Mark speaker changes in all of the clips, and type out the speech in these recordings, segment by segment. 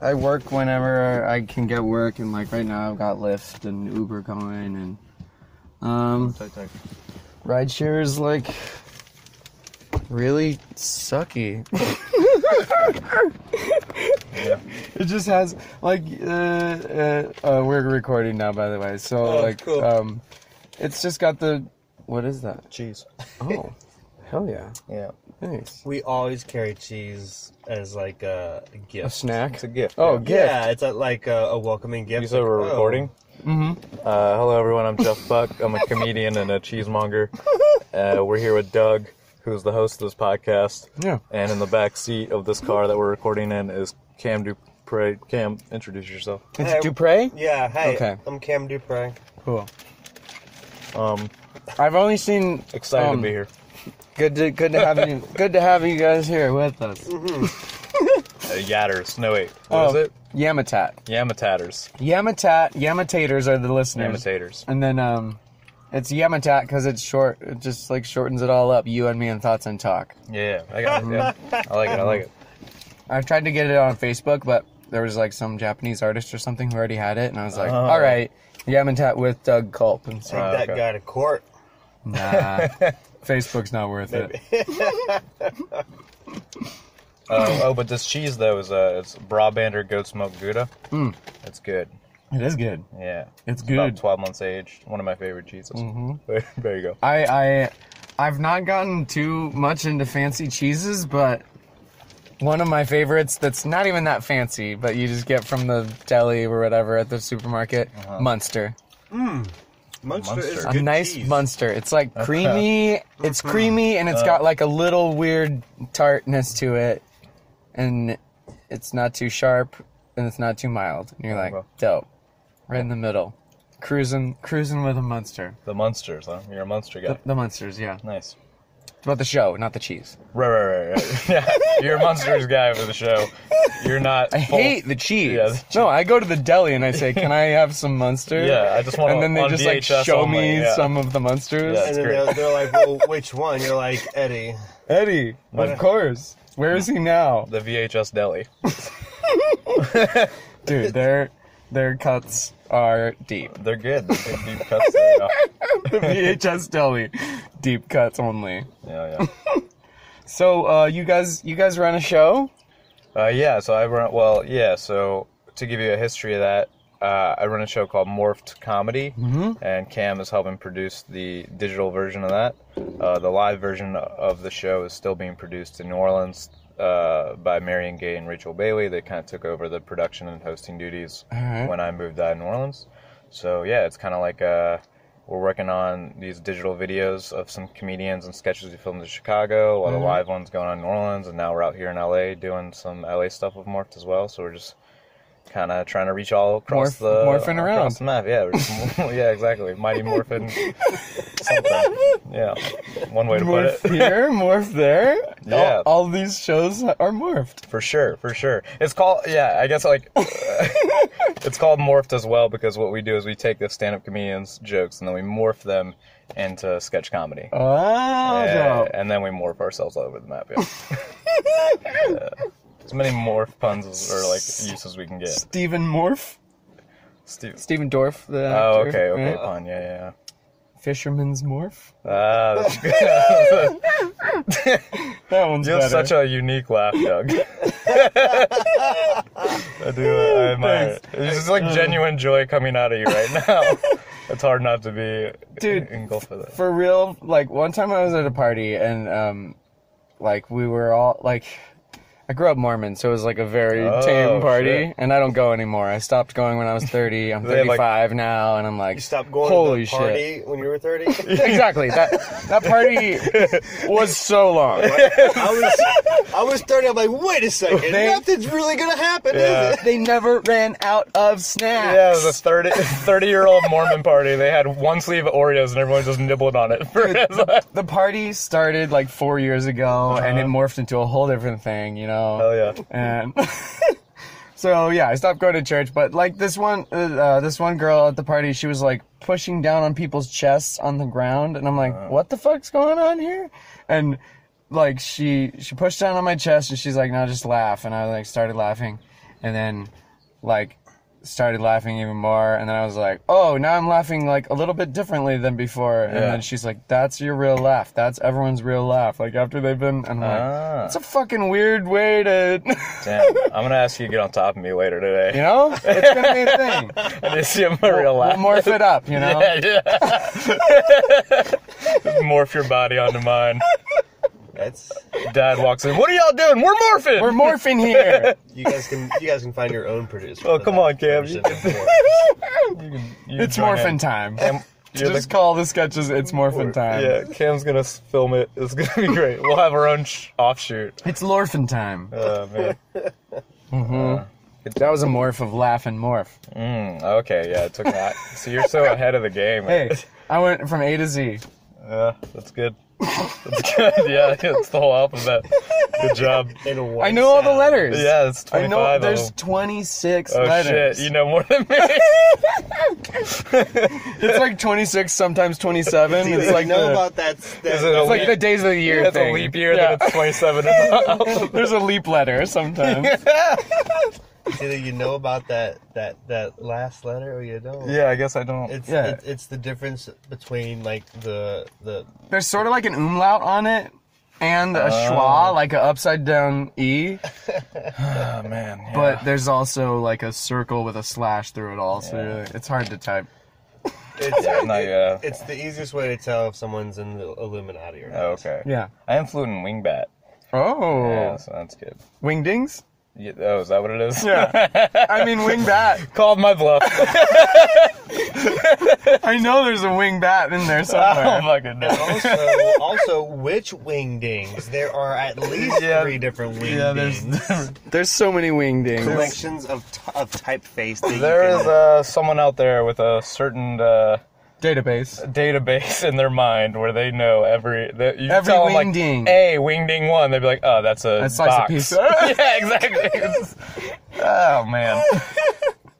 Speaker 1: I work whenever I can get work, and like right now I've got Lyft and Uber going, and um,
Speaker 2: Type, type.
Speaker 1: rideshare is like really sucky. It just has like uh, uh, uh, we're recording now, by the way. So
Speaker 2: Oh,
Speaker 1: like,
Speaker 2: cool.
Speaker 1: um, it's just got the what is that?
Speaker 2: Cheese.
Speaker 1: Oh, hell yeah!
Speaker 2: Yeah.
Speaker 1: Nice.
Speaker 3: We always carry cheese as like a gift.
Speaker 1: A snack.
Speaker 2: It's a gift.
Speaker 1: Oh,
Speaker 2: yeah.
Speaker 1: gift.
Speaker 3: Yeah, it's a, like a, a welcoming gift.
Speaker 2: You said we're
Speaker 3: Like, oh,
Speaker 2: recording? Mm-hmm. Uh, hello, everyone. I'm Jeff Buck. I'm a comedian and a cheesemonger. Uh, we're here with Doug, who's the host of this podcast.
Speaker 1: Yeah.
Speaker 2: And in the back seat of this car that we're recording in is Cam Dupre. Cam, introduce yourself.
Speaker 1: It's
Speaker 3: Hey.
Speaker 1: Dupre.
Speaker 3: Yeah. Hey.
Speaker 1: Okay.
Speaker 3: I'm Cam Dupre.
Speaker 1: Cool.
Speaker 2: Um,
Speaker 1: I've only seen.
Speaker 2: excited
Speaker 1: um,
Speaker 2: to be here.
Speaker 1: Good to good to have you. Good to have you guys here with us.
Speaker 2: Uh, yatters. No, wait. Mhm. What is
Speaker 1: Oh,
Speaker 2: it?
Speaker 1: Yamatat.
Speaker 2: Yamatatters.
Speaker 1: Yamatat. Yamatators are the listeners.
Speaker 2: Yamataters.
Speaker 1: And then um, it's Yamatat because it's short. It just like shortens it all up. You and me and thoughts and talk.
Speaker 2: Yeah, I got it. Yeah. I like it. I like it.
Speaker 1: I tried to get it on Facebook, but there was like some Japanese artist or something who already had it, and I was like, all right, Yamatat with Doug Culp. And
Speaker 3: Take
Speaker 1: so,
Speaker 3: that
Speaker 2: Uh, okay.
Speaker 3: guy to court.
Speaker 1: nah, Facebook's not worth it.
Speaker 2: Uh, oh, but this cheese though is uh, it's Brabander goat smoked Gouda. It's good.
Speaker 1: It is good.
Speaker 2: Yeah.
Speaker 1: It's
Speaker 2: About
Speaker 1: good. Mm-hmm.
Speaker 2: 12 months aged. One of my favorite cheeses. there you go.
Speaker 1: I I I've not gotten too much into fancy cheeses, but one of my favorites that's not even that fancy, but you just get from the deli or whatever at the supermarket, Munster.
Speaker 3: Munster,
Speaker 2: Munster.
Speaker 3: is
Speaker 1: A
Speaker 3: good
Speaker 1: nice
Speaker 3: cheese.
Speaker 1: Munster. It's like creamy. It's
Speaker 2: Mm-hmm.
Speaker 1: creamy and it's
Speaker 2: Uh.
Speaker 1: got like a little weird tartness to it. And it's not too sharp and it's not too mild. And you're like,
Speaker 2: well.
Speaker 1: dope. Right in the middle. Cruising cruising with a Munster.
Speaker 2: The Munsters, huh? You're a Munster guy.
Speaker 1: The, the Munsters, yeah.
Speaker 2: nice.
Speaker 1: About the show, not the cheese.
Speaker 2: Right, right, right, right. Yeah. You're a Munsters guy for the show. You're not.
Speaker 1: I hate the cheese.
Speaker 2: Yeah, the
Speaker 1: No, I go to the deli and I say, "Can I have some Munster?"
Speaker 2: Yeah, I just want
Speaker 1: And then they
Speaker 2: on
Speaker 1: just like
Speaker 2: VHS
Speaker 1: show
Speaker 2: only,
Speaker 1: me
Speaker 2: yeah.
Speaker 1: some of the Munsters.
Speaker 2: Yeah.
Speaker 3: And then they're, they're like, well, which one? You're like Eddie.
Speaker 1: Eddie, of course. Where is he now,
Speaker 2: The VHS deli.
Speaker 1: dude? Their their cuts are deep.
Speaker 2: They're good. They're good deep cuts. There, yeah.
Speaker 1: The VHS deli, deep cuts only.
Speaker 2: yeah,
Speaker 1: So uh, you guys, you guys run a show.
Speaker 2: yeah. Uh, yeah, so I run. Well, yeah, so to give you a history of that, uh, I run a show called Morphed Comedy, and Cam is helping produce the digital version of that. Uh, the live version of the show is still being produced in New Orleans uh, by Marion Gay and Rachel Bailey. They kind of took over the production and hosting duties
Speaker 1: right.
Speaker 2: when I moved out of New Orleans. So yeah, it's kind of like uh, we're working on these digital videos of some comedians and sketches we filmed in Chicago, a lot of
Speaker 1: Mm-hmm.
Speaker 2: live ones going on in New Orleans, and now we're out here in LA doing some LA stuff with Morphed as well. So we're just kind of trying to reach all across
Speaker 1: Morph-
Speaker 2: the
Speaker 1: morphing around.
Speaker 2: across the map. Yeah, we're just, yeah, exactly. Mighty morphin. something. Yeah, one way to put it.
Speaker 1: Morph here, morph there.
Speaker 2: Yeah.
Speaker 1: all, all these shows are morphed.
Speaker 2: For sure, for sure. It's called yeah. I guess like it's called morphed as well because what we do is we take the stand-up comedians' jokes and then we morph them into sketch comedy,
Speaker 1: Wow,
Speaker 2: Yeah,
Speaker 1: dope.
Speaker 2: and then we morph ourselves all over the map. Yeah. Yeah. As many morph puns as, or like uses we can get.
Speaker 1: Stephen Morph.
Speaker 2: Steve.
Speaker 1: Stephen Dorff, the
Speaker 2: Oh,
Speaker 1: actor,
Speaker 2: okay, okay,
Speaker 1: right?
Speaker 2: pun. Yeah, yeah.
Speaker 1: Fisherman's Morph.
Speaker 2: yeah. Ah, that's good.
Speaker 1: That one's
Speaker 2: You have such a unique laugh, Doug. I do. I admire it. It's just like genuine joy coming out of you right now. it's hard not to be
Speaker 1: Dude,
Speaker 2: engulfed with it.
Speaker 1: for real. Like one time I was at a party and um, like we were all like, I grew up Mormon, so it was like a very
Speaker 2: Oh,
Speaker 1: tame party,
Speaker 2: shit.
Speaker 1: and I don't go anymore. I stopped going when I was thirty. I'm
Speaker 2: They have, like-
Speaker 1: 35 now, and I'm like,
Speaker 3: You stopped going
Speaker 1: Holy
Speaker 3: to the party when you were 30?
Speaker 1: shit! exactly that that party was so long.
Speaker 3: I was I was 30. I'm like, wait a second.
Speaker 1: They-
Speaker 3: Nothing's really going to happen,
Speaker 2: Yeah.
Speaker 3: is it?
Speaker 1: They never ran out of snacks.
Speaker 2: Yeah, it was a 30, 30 year old Mormon party. They had one sleeve of Oreos and everyone just nibbled on it. For
Speaker 1: the party started like four years ago and it morphed into a whole different thing, you know?
Speaker 2: Uh-huh. Hell yeah.
Speaker 1: And so, yeah, I stopped going to church, but like this one, uh, uh, this one girl at the party, she was like pushing down on people's chests on the ground. And I'm like, what the fuck's going on here? And like she, she pushed down on my chest and she's like, no, just laugh. And I like started laughing. and then like started laughing even more and then I was like, "Oh, now I'm laughing like a little bit differently than before." And
Speaker 2: Yeah.
Speaker 1: then she's like, "That's your real laugh. That's everyone's real laugh." Like after they've been and I'm
Speaker 2: Ah.
Speaker 1: like, "That's a fucking weird way to
Speaker 2: Damn. I'm gonna ask you to get on top of me later today.
Speaker 1: You know? It's going to be a thing.
Speaker 2: I just see my real
Speaker 1: We'll
Speaker 2: laugh.
Speaker 1: morph it up, you know?
Speaker 2: Yeah, yeah. Just morph your body onto mine.
Speaker 3: That's
Speaker 2: Dad walks in. What are y'all doing? We're morphing.
Speaker 1: We're morphing here.
Speaker 3: you guys can you guys can find your own producer.
Speaker 2: Oh,
Speaker 3: for
Speaker 2: come
Speaker 3: that
Speaker 2: on, Cam.
Speaker 3: version.
Speaker 2: You
Speaker 1: It's
Speaker 2: join
Speaker 1: morphin'
Speaker 2: in.
Speaker 1: time.
Speaker 2: Cam, you're the-
Speaker 1: Just call the sketches It's Morphin Time.
Speaker 2: Yeah, Cam's gonna s- film it. It's gonna be great. We'll have our own sh- offshoot.
Speaker 1: It's Lorphin Time.
Speaker 2: Oh man.
Speaker 1: That was a morph of Laugh and Morph.
Speaker 2: Mm, okay, yeah, it took that. so you're so ahead of the game.
Speaker 1: Hey, I went from A to Z.
Speaker 2: Yeah, that's good. That's good. Yeah, it's the whole alphabet. Good job.
Speaker 3: In a
Speaker 1: I
Speaker 3: one
Speaker 1: know all the
Speaker 3: sound.
Speaker 1: letters.
Speaker 2: Yeah, it's
Speaker 1: I
Speaker 2: 25
Speaker 1: know
Speaker 2: of
Speaker 1: there's
Speaker 2: them.
Speaker 1: 26
Speaker 2: Oh
Speaker 1: letters.
Speaker 2: shit, you know more than me.
Speaker 1: It's like 26, sometimes 27.
Speaker 3: Dude,
Speaker 1: it's like,
Speaker 3: you know
Speaker 1: the,
Speaker 3: about that. that-
Speaker 2: Is it a
Speaker 1: it's like
Speaker 2: leap-
Speaker 1: the days of the year
Speaker 2: that's
Speaker 1: thing.
Speaker 2: a leap year,
Speaker 1: Yeah.
Speaker 2: then it's 27 in the alphabet.
Speaker 1: There's a leap letter sometimes.
Speaker 3: it's either you know about that that that last letter or you don't.
Speaker 2: Yeah, I guess I don't.
Speaker 3: It's
Speaker 1: Yeah.
Speaker 3: it- it's the difference between like the the
Speaker 1: There's sort of like an umlaut on it and a schwa, like an upside down E,
Speaker 2: oh man. yeah.
Speaker 1: but there's also like a circle with a slash through it all, so you're like- it's hard to type.
Speaker 3: it's,
Speaker 2: Yeah, no, yeah.
Speaker 3: it's the easiest way to tell if someone's in the Illuminati or not.
Speaker 2: Oh, okay.
Speaker 1: Yeah.
Speaker 2: I am fluent in wingbat.
Speaker 1: Oh.
Speaker 2: Yeah, so that's good.
Speaker 1: Wingdings?
Speaker 2: Yeah, oh, is that what it is?
Speaker 1: Yeah. I mean, wing bat.
Speaker 2: Called my bluff.
Speaker 1: I know there's a wing bat in there
Speaker 2: oh
Speaker 1: somewhere.
Speaker 2: my goodness.
Speaker 3: Also, also, which wingdings? There are at least
Speaker 2: Yeah.
Speaker 3: three different wingdings.
Speaker 1: There's so many wingdings.
Speaker 3: collections of, t- of typeface. That you
Speaker 2: There
Speaker 3: can-
Speaker 2: is uh, someone out there with a certain uh,
Speaker 1: Database.
Speaker 2: database in their mind where they know every that you
Speaker 1: Every
Speaker 2: tell them like
Speaker 1: wingding.
Speaker 2: a wingding one. They'd be like, oh, that's a
Speaker 1: A slice of
Speaker 2: box.
Speaker 1: pizza.
Speaker 2: yeah, exactly. It's- oh man,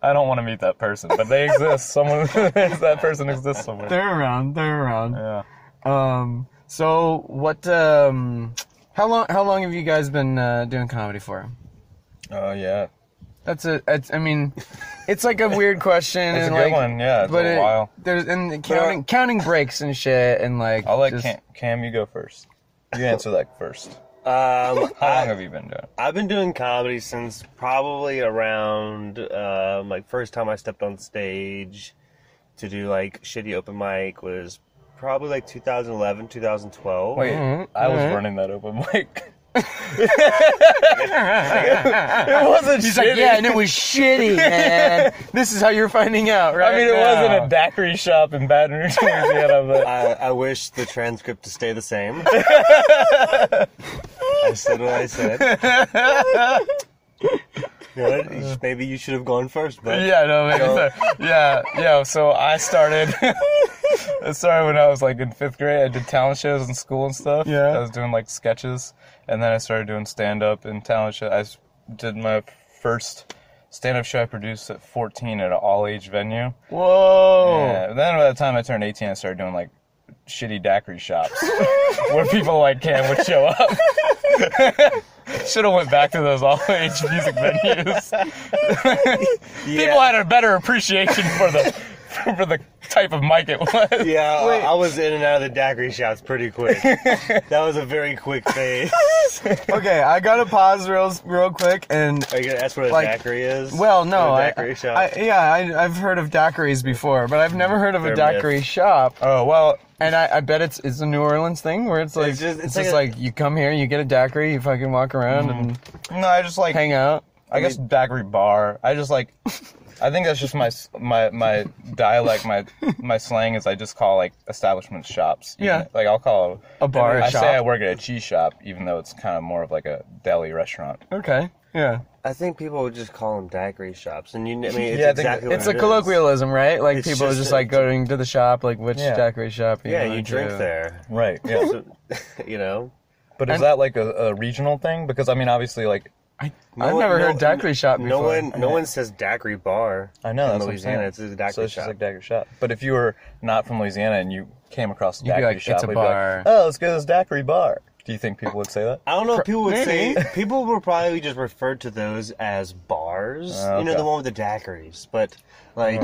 Speaker 2: I don't want to meet that person, but they exist. Someone that person exists somewhere.
Speaker 1: They're around. They're around.
Speaker 2: yeah.
Speaker 1: Um. So what? Um. How long? How long have you guys been uh, doing comedy for?
Speaker 2: Oh yeah.
Speaker 1: That's a. It's, I mean, it's like a weird question.
Speaker 2: It's a
Speaker 1: and
Speaker 2: good
Speaker 1: like,
Speaker 2: one. Yeah, it's
Speaker 1: but
Speaker 2: a
Speaker 1: it-
Speaker 2: while.
Speaker 1: there's and counting counting breaks and shit and like.
Speaker 2: I'll let
Speaker 1: just-
Speaker 2: Cam, Cam. You go first. You answer that first.
Speaker 3: Um,
Speaker 2: How long
Speaker 3: I,
Speaker 2: have you been doing?
Speaker 3: I've been doing comedy since probably around um, like first time I stepped on stage to do like shitty open mic was probably like 2011, 2012.
Speaker 2: Wait,
Speaker 1: Mhm.
Speaker 2: I was
Speaker 1: Mhm.
Speaker 2: running that open mic. it wasn't
Speaker 1: He's
Speaker 2: shitty.
Speaker 1: like, yeah, and it was shitty, man. This is how you're finding out, right?
Speaker 2: I mean, it wasn't a daiquiri shop in Baton Rouge, Louisiana, but
Speaker 3: I, I wish the transcript to stay the same. I said what I said. You know, Maybe you should have gone first, but
Speaker 2: yeah, no, maybe so. yeah, yeah. Uh, So I started. I started when I was like in fifth grade. I did talent shows in school and stuff.
Speaker 1: Yeah.
Speaker 2: I was doing like sketches, and then I started doing stand up and talent show. I s- did my first stand up show I produced at 14 at an all age venue.
Speaker 1: Whoa.
Speaker 2: Yeah. Then by the time I turned 18, I started doing like shitty daiquiri shops where people like Cam would show up. Should have went back to those all age music venues. People had a better appreciation for the for the type of mic it was.
Speaker 3: Yeah, I, I was in and out of the daiquiri shops pretty quick. that was a very quick phase.
Speaker 1: Okay, I gotta pause real real quick and
Speaker 3: Are you gonna ask what a
Speaker 1: Like,
Speaker 3: daiquiri is?
Speaker 1: Well, no,
Speaker 3: Or a
Speaker 1: I,
Speaker 3: daiquiri shop.
Speaker 1: I, yeah, I, I've heard of daiquiris before, but I've never heard of a
Speaker 3: They're
Speaker 1: daiquiri
Speaker 3: myths.
Speaker 1: shop.
Speaker 2: Oh well,
Speaker 1: And I, I bet it's it's a New Orleans thing where it's like it's just,
Speaker 3: just- it's
Speaker 1: like,
Speaker 3: like
Speaker 1: you come here, you get a daiquiri, you fucking walk around and
Speaker 2: no, I just like
Speaker 1: hang out.
Speaker 2: I guess daiquiri bar. I just like. I think that's just my s- my my dialect, my my slang is I just call like establishment shops. even-
Speaker 1: Yeah.
Speaker 2: Like I'll call
Speaker 1: A bar
Speaker 2: I
Speaker 1: shop.
Speaker 2: say I work at a cheese shop, even though it's kind of more of like a deli restaurant.
Speaker 1: Okay, yeah,
Speaker 3: I think people would just call them daiquiri shops, and you, I mean, it's
Speaker 2: Yeah, I think
Speaker 3: exactly what
Speaker 1: it's
Speaker 3: it
Speaker 1: a
Speaker 3: is.
Speaker 1: colloquialism, right? Like
Speaker 3: It's
Speaker 1: people are
Speaker 3: just
Speaker 1: just
Speaker 3: a-
Speaker 1: like going to the shop, like which
Speaker 2: Yeah.
Speaker 1: daiquiri shop? You
Speaker 3: Yeah,
Speaker 1: wanna
Speaker 3: you drink
Speaker 1: do.
Speaker 3: there,
Speaker 2: Right. Yeah.
Speaker 3: so, you know.
Speaker 2: but is that like a, a regional thing? Because I mean, obviously, like
Speaker 1: I,
Speaker 3: No
Speaker 1: I've
Speaker 3: one-
Speaker 1: never
Speaker 3: no-
Speaker 1: heard daiquiri shop before.
Speaker 3: No one, no one says daiquiri bar.
Speaker 2: I know
Speaker 3: in
Speaker 2: that's
Speaker 3: Louisiana.
Speaker 2: What I'm
Speaker 3: it's
Speaker 2: saying.
Speaker 3: a daiquiri
Speaker 2: so it's
Speaker 3: shop.
Speaker 2: just like daiquiri shop. But if you were not from Louisiana and you came across a
Speaker 1: be
Speaker 2: daiquiri
Speaker 1: like,
Speaker 2: shop,
Speaker 1: "It's a
Speaker 2: we'd be
Speaker 1: bar."
Speaker 2: like, oh, let's go to this daiquiri bar. Do you think people would say that?
Speaker 3: I don't know if people would
Speaker 1: maybe.
Speaker 3: say people were probably just referred to those as bars.
Speaker 2: Oh,
Speaker 3: You know
Speaker 2: okay. Oh.
Speaker 3: the one with the daiquiris, but like,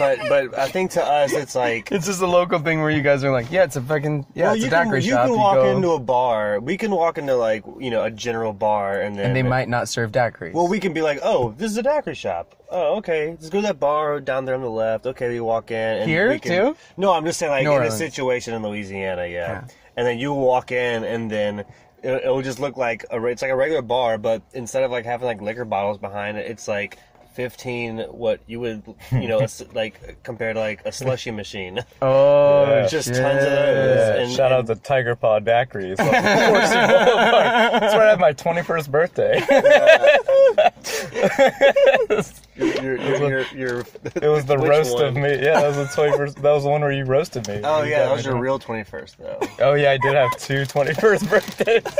Speaker 3: but but I think to us it's like.
Speaker 1: It's just a local thing where you guys are like, yeah, it's a fucking yeah,
Speaker 3: well,
Speaker 1: it's a
Speaker 3: you
Speaker 1: daiquiri
Speaker 3: can, you
Speaker 1: shop.
Speaker 3: can walk
Speaker 1: go,
Speaker 3: into a bar. We can walk into like you know a general bar, and then
Speaker 1: and they might not serve daiquiris.
Speaker 3: Well, we can be like, oh, this is a daiquiri shop. Oh, okay. Let's go to that bar down there on the left. Okay, we walk in. And
Speaker 1: Here,
Speaker 3: we can-
Speaker 1: too?
Speaker 3: No, I'm just saying, like,
Speaker 1: New
Speaker 3: in a
Speaker 1: Orleans.
Speaker 3: situation in Louisiana, yeah.
Speaker 1: Yeah.
Speaker 3: And then you walk in, and then it- it'll just look like a, re- it's like a regular bar, but instead of like having like liquor bottles behind it, it's like 15 what you would, you know, s- like compared to like a slushy machine.
Speaker 1: oh,
Speaker 2: Yeah.
Speaker 3: Just
Speaker 1: shit.
Speaker 3: tons of those. And,
Speaker 2: Shout out
Speaker 3: and
Speaker 2: to Tiger Paw Daiquiri. It's like, Dorsey Boulevard. That's where I had my 21st birthday.
Speaker 3: your, your, your, your,
Speaker 2: It was the
Speaker 3: Which
Speaker 2: roast
Speaker 3: one?
Speaker 2: of me. Yeah, that was the 21st. That was the one where you roasted me.
Speaker 3: Oh,
Speaker 2: You
Speaker 3: yeah,
Speaker 2: got
Speaker 3: that was
Speaker 2: me
Speaker 3: your
Speaker 2: drunk.
Speaker 3: real 21st, though.
Speaker 2: Oh yeah, I did have two 21st birthdays.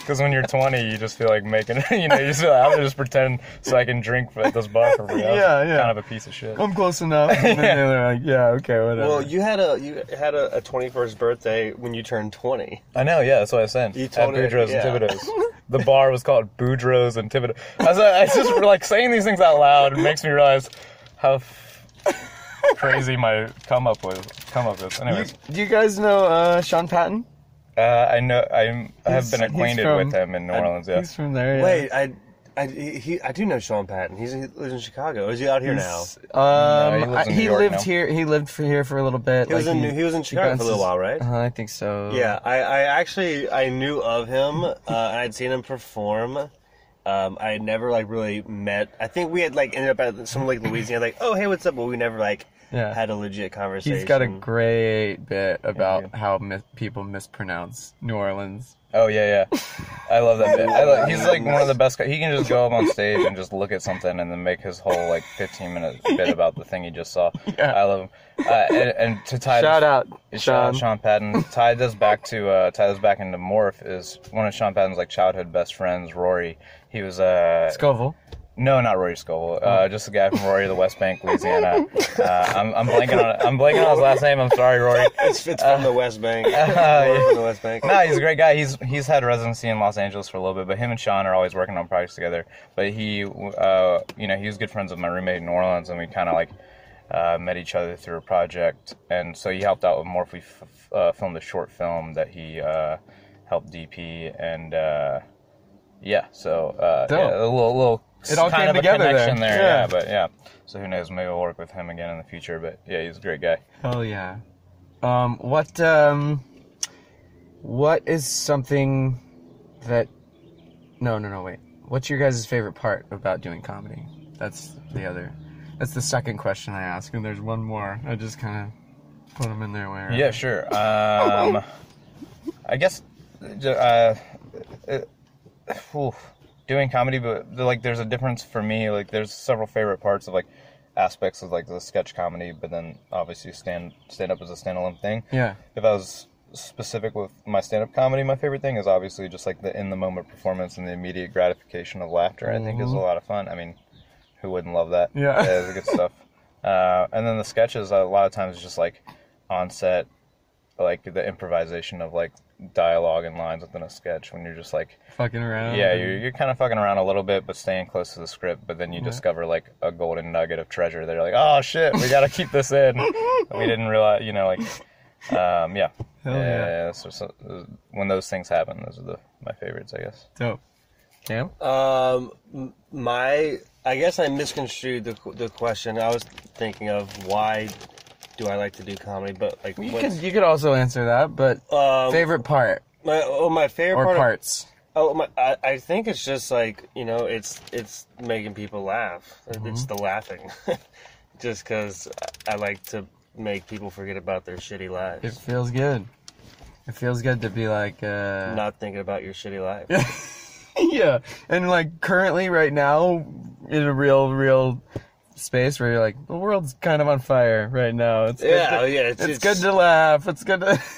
Speaker 2: Because when you're 20, you just feel like making, you know, you just feel like, I'm gonna just pretend so I can drink at this bar for free. I was
Speaker 1: Yeah, yeah.
Speaker 2: Kind of a piece of shit.
Speaker 1: I'm close enough. And then they're like, yeah, okay, whatever.
Speaker 3: Well, you had a you had a, a 21st birthday when you turned 20.
Speaker 2: I know, yeah, that's what I said.
Speaker 3: You
Speaker 2: At
Speaker 3: told her-
Speaker 2: Boudreaux's
Speaker 3: yeah.
Speaker 2: and Thibodeau's. The bar was called Boudreaux's and Thibodeau. I, was, I just like saying these things out loud. It makes me realize how f- crazy my come up was. Come up is.
Speaker 1: You-
Speaker 2: Anyways,
Speaker 1: do you guys know uh, Sean Patton?
Speaker 2: uh, I know I'm, I have
Speaker 1: He's-
Speaker 2: been
Speaker 1: he's
Speaker 2: acquainted
Speaker 1: from-
Speaker 2: with him in New Orleans. Yeah,
Speaker 1: He's from there. Yeah.
Speaker 3: Wait, I, I he I do know Sean Patton. He's he lives in Chicago. Or Is he out here now?
Speaker 1: He's- Um,
Speaker 2: No, he lives
Speaker 1: I-
Speaker 2: in
Speaker 1: he
Speaker 2: New York
Speaker 1: lived
Speaker 2: now.
Speaker 1: here. He lived for here for a little bit.
Speaker 3: He was
Speaker 1: like,
Speaker 3: in he Uh-huh. was in Chicago for a little
Speaker 1: bounces-
Speaker 3: while, right?
Speaker 1: Uh, I think so.
Speaker 3: Yeah, I, I actually I knew of him. Uh, and I'd seen him perform. Um, I had never like really met. I think we had like ended up at some like Louisiana, like oh hey what's up, but we never like
Speaker 1: Yeah.
Speaker 3: had a legit conversation.
Speaker 1: He's got a great bit about
Speaker 2: Thank
Speaker 1: how mis- people mispronounce New Orleans.
Speaker 2: Oh yeah, yeah. I love that bit. I love, he's like one of the best. guy- He can just go up on stage and just look at something and then make his whole like 15 minute bit about the thing he just saw.
Speaker 1: Yeah.
Speaker 2: I love him. Uh, and, and to tie
Speaker 1: Shout out,
Speaker 2: this,
Speaker 1: Sean.
Speaker 2: uh, Sean Patton. Tie this back to uh, tie this back into Morph is one of Sean Patton's like childhood best friends, Rory. He was uh
Speaker 1: Scoville.
Speaker 2: no, not Rory Scovel. Uh, just a guy from Rory, the West Bank, Louisiana. Uh, I'm, I'm blanking on I'm blanking on his last name. I'm sorry, Rory.
Speaker 3: It's, it's from the West Bank. from the West Bank.
Speaker 2: no, he's a great guy. He's he's had residency in Los Angeles for a little bit, but him and Sean are always working on projects together. But he, uh, you know, he was good friends with my roommate in New Orleans, and we kind of like uh, met each other through a project. And so he helped out with Morph. We f- f- uh, filmed a short film that he uh, helped DP, and uh, yeah, so uh,
Speaker 1: Dope.
Speaker 2: yeah, a little little
Speaker 1: It all
Speaker 2: kind
Speaker 1: came
Speaker 2: of
Speaker 1: together
Speaker 2: a
Speaker 1: there.
Speaker 2: connection there.
Speaker 1: Yeah.
Speaker 2: yeah, but yeah. So who knows? Maybe we'll work with him again in the future. But yeah, he's a great guy.
Speaker 1: Hell yeah. Um, what um, what is something that? No, no, no. Wait. What's your guys' favorite part about doing comedy? That's the other. That's the second question I ask, and there's one more. I just kind of put them in there. Where?
Speaker 2: Yeah, sure. Um, I guess uh, uh, oof, doing comedy, but like, there's a difference for me. Like, there's several favorite parts of like aspects of like the sketch comedy, but then obviously stand stand up is a standalone thing.
Speaker 1: Yeah.
Speaker 2: If I was specific with my stand up comedy, my favorite thing is obviously just like the in the moment performance and the immediate gratification of laughter. I think is a lot of fun. I mean, who wouldn't love that?
Speaker 1: Yeah.
Speaker 2: it's good stuff. Uh, and then the sketches, a lot of times, it's just like on set, like the improvisation of like dialogue and lines within a sketch when you're just like,
Speaker 1: Fucking around.
Speaker 2: yeah,
Speaker 1: and-
Speaker 2: you're, you're kind of fucking around a little bit, but staying close to the script. But then you
Speaker 1: Mm-hmm.
Speaker 2: discover like a golden nugget of treasure that you're like, oh shit, we gotta keep this in. we didn't realize, you know, like, um, yeah.
Speaker 1: Hell
Speaker 2: yeah,
Speaker 1: yeah.
Speaker 2: yeah, so- so- when those things happen, those are the my favorites, I guess.
Speaker 1: dope. Cam.
Speaker 3: Um, m- my, I guess I misconstrued the qu- the question. I was thinking of why do I like to do comedy, but like,
Speaker 1: You
Speaker 3: what's-
Speaker 1: could you could also answer that, but
Speaker 3: um,
Speaker 1: favorite part
Speaker 3: my, oh, my favorite
Speaker 1: or
Speaker 3: part. of-
Speaker 1: parts.
Speaker 3: oh, my, I, I think it's just like you know, it's it's making people laugh. It's the laughing, just because I like to make people forget about their shitty lives.
Speaker 1: It feels good. It feels good to be like uh
Speaker 3: Not thinking about your shitty life.
Speaker 1: yeah and like currently right now in a real real space where you're like the world's kind of on fire right now it's
Speaker 3: Yeah, oh,
Speaker 1: good to,
Speaker 3: yeah, it's-
Speaker 1: it's,
Speaker 3: it's-
Speaker 1: good to laugh it's good to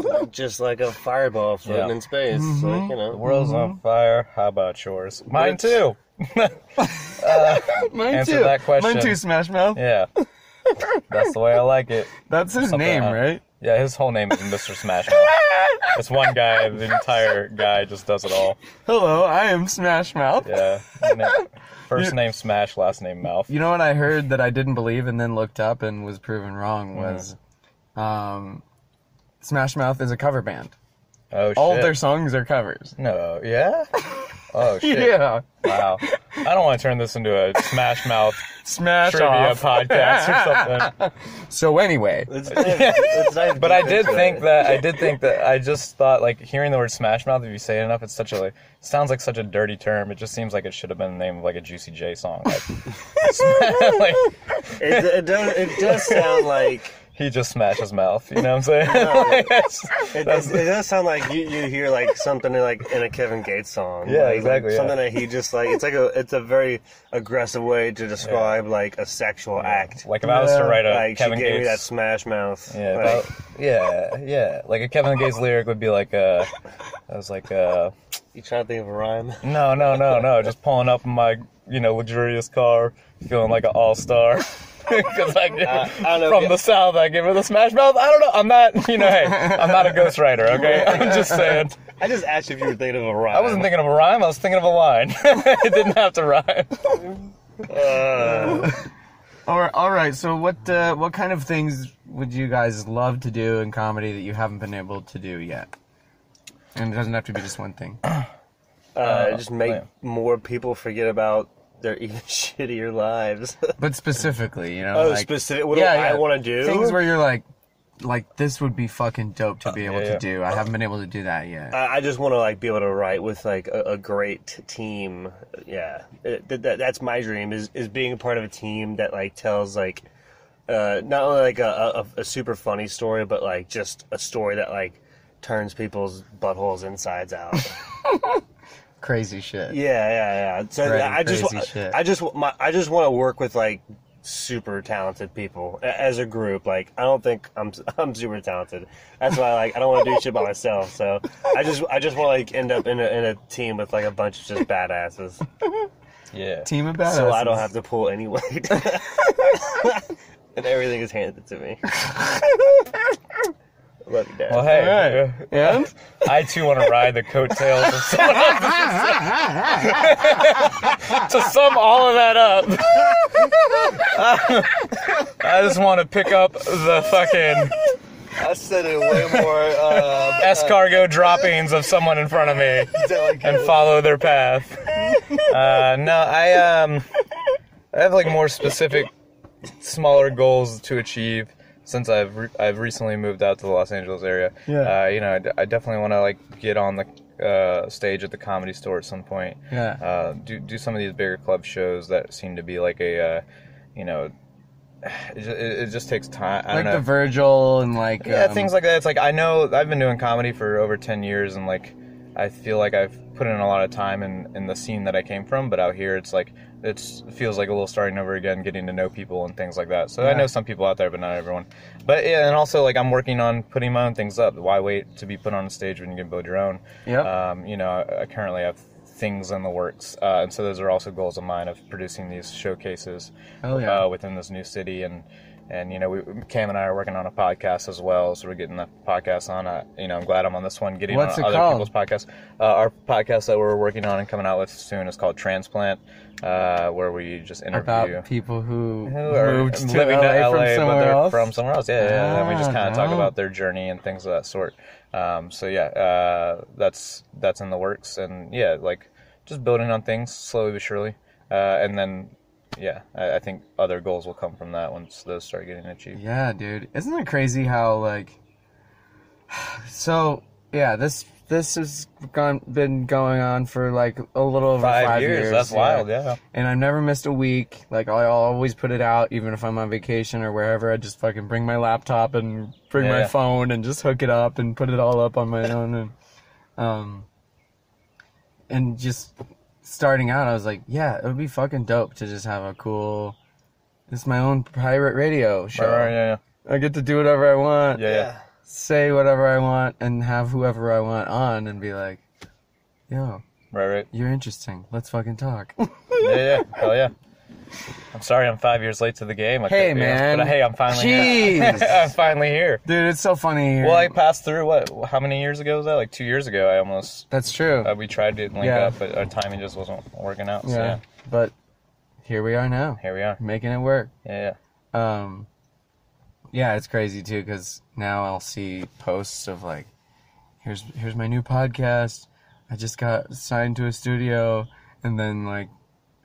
Speaker 3: Just like a fireball floating
Speaker 2: Yeah.
Speaker 3: in space. Like, you know. Mm-hmm.
Speaker 2: The
Speaker 1: Mm-hmm.
Speaker 2: world's on fire. How about yours? Mine
Speaker 3: It's-
Speaker 2: too.
Speaker 1: mine
Speaker 2: Answer
Speaker 1: too
Speaker 2: that question.
Speaker 1: mine too smash mouth
Speaker 2: Yeah. That's the way I like it.
Speaker 1: that's his name
Speaker 2: uh,
Speaker 1: right
Speaker 2: Yeah, his whole name is Mr. Smash Mouth. This one guy, the entire guy, just does it all.
Speaker 1: Hello, I am Smash Mouth.
Speaker 2: Yeah. Na- First name Smash, last name Mouth.
Speaker 1: You know what I heard that I didn't believe and then looked up and was proven wrong was
Speaker 3: Mm-hmm.
Speaker 1: um, Smash Mouth is a cover band.
Speaker 2: Oh shit.
Speaker 1: All of their songs are covers.
Speaker 2: No. Yeah. Oh shit.
Speaker 1: Yeah.
Speaker 2: Wow. I don't want to turn this into a Smash Mouth
Speaker 1: Smash
Speaker 2: trivia
Speaker 1: off.
Speaker 2: podcast or something.
Speaker 1: So anyway,
Speaker 3: Let's dive- let's dive
Speaker 2: But I
Speaker 3: deep
Speaker 2: did
Speaker 3: into
Speaker 2: think
Speaker 3: it.
Speaker 2: that I did think that I just thought like hearing the word Smash Mouth. If you say it enough, it's such a like sounds like such a dirty term. It just seems like it should have been the name of like a Juicy J song. Like, sma- like,
Speaker 3: it, it, does, it does sound like
Speaker 2: he just smashed his mouth. You know what I'm saying? Like, that's-
Speaker 3: it,
Speaker 2: that's-
Speaker 3: does- it does sound like you, you hear like something in, like in a Kevin Gates song.
Speaker 2: Yeah,
Speaker 3: Like- like
Speaker 2: exactly, yeah.
Speaker 3: Something that he just like it's like a it's a very aggressive way to describe like a sexual act.
Speaker 2: like if I was to write a
Speaker 3: like
Speaker 2: Kevin
Speaker 3: she gave
Speaker 2: Gates,
Speaker 3: me that Smash Mouth.
Speaker 2: yeah,
Speaker 3: like,
Speaker 2: about- yeah, yeah, like a Kevin Gates lyric would be like uh I was like uh
Speaker 3: you trying to think of a rhyme?
Speaker 2: No, no, no, no. Just pulling up in my, you know, luxurious car, feeling like an all star. Because I give,
Speaker 3: I don't know if
Speaker 2: from
Speaker 3: you-
Speaker 2: the south, I give her the smash mouth. I don't know. I'm not, you know, hey, I'm not a ghostwriter. Okay, I'm just saying.
Speaker 3: I just asked you if you were thinking of a rhyme.
Speaker 2: I wasn't thinking of a rhyme. I was thinking of a line. it didn't have to rhyme.
Speaker 1: or all right. So what uh, what kind of things would you guys love to do in comedy that you haven't been able to do yet? And it doesn't have to be just one thing.
Speaker 3: uh, just make
Speaker 2: yeah.
Speaker 3: more people forget about their even shittier lives.
Speaker 1: But specifically, you know,
Speaker 3: Oh,
Speaker 1: like,
Speaker 3: specific. What do I want to do?
Speaker 1: Things where you're like, like this would be fucking dope to be able
Speaker 2: yeah, yeah.
Speaker 1: to do. I haven't been able to do that yet.
Speaker 3: I I just want to like be able to write with like a, a great team. Yeah, It- that, that- that's my dream is is being a part of a team that like tells like uh, not only like a, a, a super funny story, but like just a story that like turns people's buttholes insides out.
Speaker 1: Crazy shit.
Speaker 3: yeah, yeah, yeah. So
Speaker 1: Right,
Speaker 3: I just wa-
Speaker 1: crazy shit.
Speaker 3: I just wa- my, I just want to work with like super talented people a- as a group. Like I don't think I'm I'm super talented. That's why like I don't want to do shit by myself. So I just I just want to like end up in a, in a team with like a bunch of just badasses.
Speaker 2: Yeah.
Speaker 1: Team of badasses.
Speaker 3: So I don't have to pull any weight. and everything is handed to me. Love you, Dad.
Speaker 2: Well, hey,
Speaker 1: All
Speaker 2: uh,
Speaker 1: Yeah.
Speaker 2: I too want to ride the coattails of someone else. to sum all of that up, I just want to pick up the fucking
Speaker 4: I said it way more uh,
Speaker 2: escargot droppings of someone in front of me
Speaker 4: delicate.
Speaker 2: and follow their path. Uh, no, I um, I have like more specific, smaller goals to achieve since I've re- I've recently moved out to the Los Angeles area.
Speaker 1: Yeah.
Speaker 2: Uh, you know, I, d- I definitely want to like get on the uh, stage at the comedy store at some point.
Speaker 1: Yeah.
Speaker 2: Uh, do do some of these bigger club shows that seem to be like a, uh, you know. It just, it it just takes time. I don't
Speaker 1: like
Speaker 2: know.
Speaker 1: the Virgil and like
Speaker 2: Yeah,
Speaker 1: um,
Speaker 2: things like that. It's like I know I've been doing comedy for over ten years, and like I feel like I've put in a lot of time in, in the scene that I came from. But out here, it's like it's, it feels like a little starting over again, getting to know people and things like that. So I
Speaker 1: Yeah.
Speaker 2: know some people out there, but not everyone. But yeah, and also like I'm working on putting my own things up. Why wait to be put on a stage when you can build your own?
Speaker 1: Yep.
Speaker 2: Um, you know, I, I currently have things in the works, uh, and so those are also goals of mine of producing these showcases
Speaker 1: Hell Oh, yeah.
Speaker 2: uh, within this new city and and you know we Cam and I are working on a podcast as well so we're getting the podcast on uh, you know I'm glad I'm on this one getting
Speaker 1: What's
Speaker 2: on
Speaker 1: it
Speaker 2: other
Speaker 1: called?
Speaker 2: people's podcasts uh, our podcast that we're working on and coming out with soon is called Transplant uh, where we just
Speaker 1: about
Speaker 2: interview
Speaker 1: people who,
Speaker 2: who are
Speaker 1: moved to
Speaker 2: living
Speaker 1: LA,
Speaker 2: to LA
Speaker 1: from
Speaker 2: but
Speaker 1: somewhere
Speaker 2: they're
Speaker 1: else.
Speaker 2: from somewhere else yeah, yeah, yeah. and we just
Speaker 1: Ah,
Speaker 2: kind of talk
Speaker 1: no.
Speaker 2: about their journey and things of that sort um, so yeah uh, that's that's in the works and yeah like just building on things slowly but surely uh, and then yeah I, I think other goals will come from that once those start getting achieved
Speaker 1: Yeah, dude. Isn't it crazy how like so yeah, this this has gone been going on for like a little over five,
Speaker 2: five, years, that's wild yeah
Speaker 1: And I've never missed a week. Like I always put it out, even if I'm on vacation or wherever. I just fucking bring my laptop and bring my
Speaker 2: Yeah.
Speaker 1: phone and just hook it up and put it all up on my own. And um, and just starting out, I was like, yeah, it would be fucking dope to just have a cool. It's my own pirate radio show.
Speaker 2: Right, right, yeah,
Speaker 1: I get to do whatever I want,
Speaker 2: yeah, yeah, yeah.
Speaker 1: say whatever I want, and have whoever I want on and be like, yo,
Speaker 2: Right, right.
Speaker 1: you're interesting. Let's fucking talk.
Speaker 2: Yeah, yeah. Hell yeah. I'm sorry, I'm five years late to the game. I
Speaker 1: Hey,
Speaker 2: couldn't be on-
Speaker 1: man.
Speaker 2: But hey, I'm finally
Speaker 1: Jeez.
Speaker 2: here. I'm finally here.
Speaker 1: Dude, it's so funny.
Speaker 2: Well, I passed through what? How many years ago was that? Like two years ago, I almost.
Speaker 1: That's true.
Speaker 2: Uh, we tried to link
Speaker 1: Yeah.
Speaker 2: up, but our timing just wasn't working out. So
Speaker 1: yeah.
Speaker 2: yeah,
Speaker 1: But here we are now,
Speaker 2: here we are.
Speaker 1: making it work.
Speaker 2: Yeah, yeah.
Speaker 1: Um, yeah, it's crazy too because now I'll see posts of like, here's here's my new podcast. I just got signed to a studio, and then like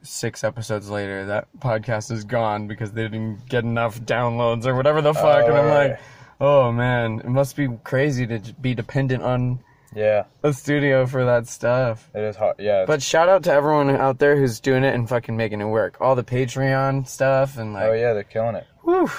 Speaker 1: six episodes later, that podcast is gone because they didn't get enough downloads or whatever the fuck. and I'm
Speaker 2: right.
Speaker 1: like, oh man, it must be crazy to j- be dependent on
Speaker 2: Yeah,
Speaker 1: a studio for that stuff.
Speaker 2: it is hard. Yeah,
Speaker 1: But shout out to everyone out there who's doing it and fucking making it work. All the Patreon stuff and like,
Speaker 2: oh yeah, they're killing it.
Speaker 1: whew.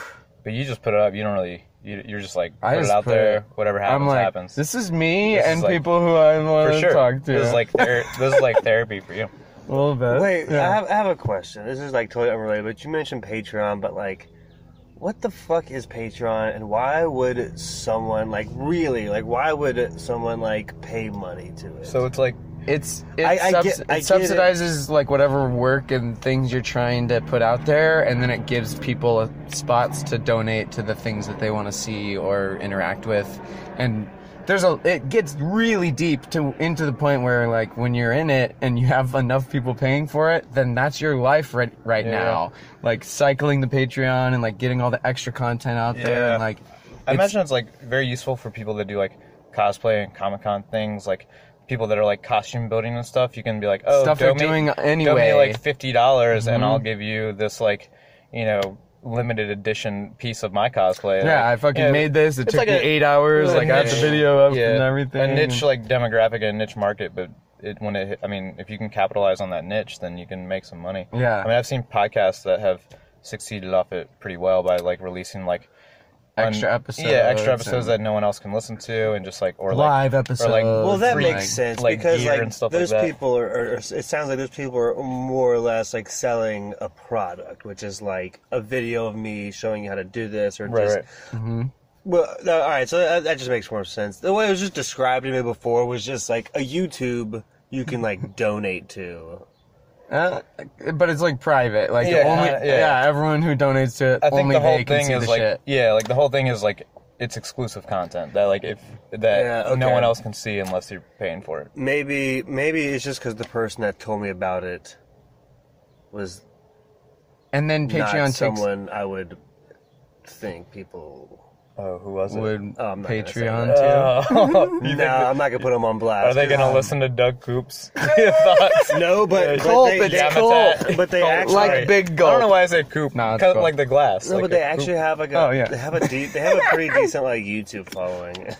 Speaker 2: But you just put it up. You don't really. You, you're just like put
Speaker 1: I
Speaker 2: it
Speaker 1: just
Speaker 2: out
Speaker 1: put
Speaker 2: there.
Speaker 1: it-
Speaker 2: Whatever happens,
Speaker 1: I'm like,
Speaker 2: happens.
Speaker 1: this is me
Speaker 2: This is
Speaker 1: and
Speaker 2: like-
Speaker 1: people who I want
Speaker 2: for
Speaker 1: to
Speaker 2: sure.
Speaker 1: talk to.
Speaker 2: This is like ther- this is like therapy for you.
Speaker 1: a little bit.
Speaker 3: Wait,
Speaker 1: Yeah.
Speaker 3: I, have, I have a question. This is like totally unrelated, but you mentioned Patreon, but like, what the fuck is Patreon, and why would someone like really like why would someone like pay money to it?
Speaker 2: So uh, it's like
Speaker 1: it's it,
Speaker 3: I- I
Speaker 1: subs-
Speaker 3: get-
Speaker 1: it
Speaker 3: I get it.
Speaker 1: subsidizes like whatever work and things you're trying to put out there, and then it gives people spots to donate to the things that they want to see or interact with, and there's a it gets really deep to into the point where like when you're in it and you have enough people paying for it, then that's your life right right
Speaker 2: Yeah.
Speaker 1: now. Like cycling the Patreon and like getting all the extra content out there,
Speaker 2: Yeah.
Speaker 1: and like it's-
Speaker 2: I imagine it's like very useful for people that do like cosplay and Comic Con things, like people that are like costume building and stuff. You can be like, oh,
Speaker 1: Stuff they're
Speaker 2: donate,
Speaker 1: doing
Speaker 2: donate,
Speaker 1: anyway. Mm-hmm.
Speaker 2: like fifty dollars, and I'll give you this like, you know, limited edition piece of my cosplay.
Speaker 1: Yeah,
Speaker 2: Like,
Speaker 1: I fucking
Speaker 2: yeah,
Speaker 1: made this. It
Speaker 2: it's
Speaker 1: took
Speaker 2: like
Speaker 1: me
Speaker 2: a-
Speaker 1: eight hours.
Speaker 2: it's
Speaker 1: I
Speaker 2: like
Speaker 1: got
Speaker 2: a
Speaker 1: the
Speaker 2: niche-
Speaker 1: video up
Speaker 2: yeah,
Speaker 1: and everything.
Speaker 2: A niche like demographic and a niche market, but. It, when it, hit- I mean, if you can capitalize on that niche, then you can make some money.
Speaker 1: Yeah.
Speaker 2: I mean, I've seen podcasts that have succeeded off it pretty well by like releasing like
Speaker 1: extra
Speaker 2: on-
Speaker 1: episodes.
Speaker 2: Yeah, extra episodes
Speaker 1: and
Speaker 2: that no one else can listen to, and just like or
Speaker 1: live
Speaker 2: like,
Speaker 1: episodes.
Speaker 2: Or like,
Speaker 3: well, that
Speaker 1: free,
Speaker 3: makes
Speaker 1: like-
Speaker 3: sense
Speaker 2: like
Speaker 3: because
Speaker 2: gear
Speaker 3: like
Speaker 2: and stuff like
Speaker 3: those
Speaker 2: that.
Speaker 3: people are, are. It sounds like those people are more or less like selling a product, which is like a video of me showing you how to do this or
Speaker 2: right,
Speaker 3: just
Speaker 2: right.
Speaker 3: Well, no, all right, so that, that just makes more sense. The way it was just described to me before was just like a YouTube you can like donate to.
Speaker 1: Uh, but it's like private. Like
Speaker 2: Yeah,
Speaker 1: the only
Speaker 2: uh, yeah.
Speaker 1: yeah. everyone who donates to it
Speaker 2: I think
Speaker 1: only
Speaker 2: the whole
Speaker 1: they can
Speaker 2: thing
Speaker 1: see
Speaker 2: is
Speaker 1: the
Speaker 2: like
Speaker 1: shit.
Speaker 2: yeah, like the whole thing is like it's exclusive content that like if that
Speaker 3: Yeah,
Speaker 2: no
Speaker 3: okay.
Speaker 2: one else can see unless you're paying for it.
Speaker 3: Maybe, maybe it's just because the person that told me about it was
Speaker 1: And then
Speaker 3: not
Speaker 1: Patreon takes
Speaker 3: someone I would think people.
Speaker 2: Oh, who was it?
Speaker 1: would
Speaker 3: Oh, I'm not gonna say
Speaker 1: Patreon
Speaker 3: that.
Speaker 1: too.
Speaker 2: Oh,
Speaker 3: No, I'm not gonna put them on blast. uh,
Speaker 2: are they gonna listen to Doug Coop's thoughts?
Speaker 3: No, but,
Speaker 2: Yeah,
Speaker 3: but
Speaker 1: Colt,
Speaker 3: they,
Speaker 1: it's
Speaker 3: they-
Speaker 1: Colt.
Speaker 3: but they actually
Speaker 1: Like
Speaker 2: sorry.
Speaker 1: Big
Speaker 2: I don't know
Speaker 1: Gulp.
Speaker 2: why I said Coop.
Speaker 1: Nah, it's
Speaker 2: Cut
Speaker 1: Gulp.
Speaker 2: like the glass.
Speaker 3: No,
Speaker 2: like
Speaker 3: but they
Speaker 2: a-
Speaker 3: actually have like a
Speaker 1: Oh, yeah.
Speaker 3: they have a deep they have a pretty decent like YouTube following.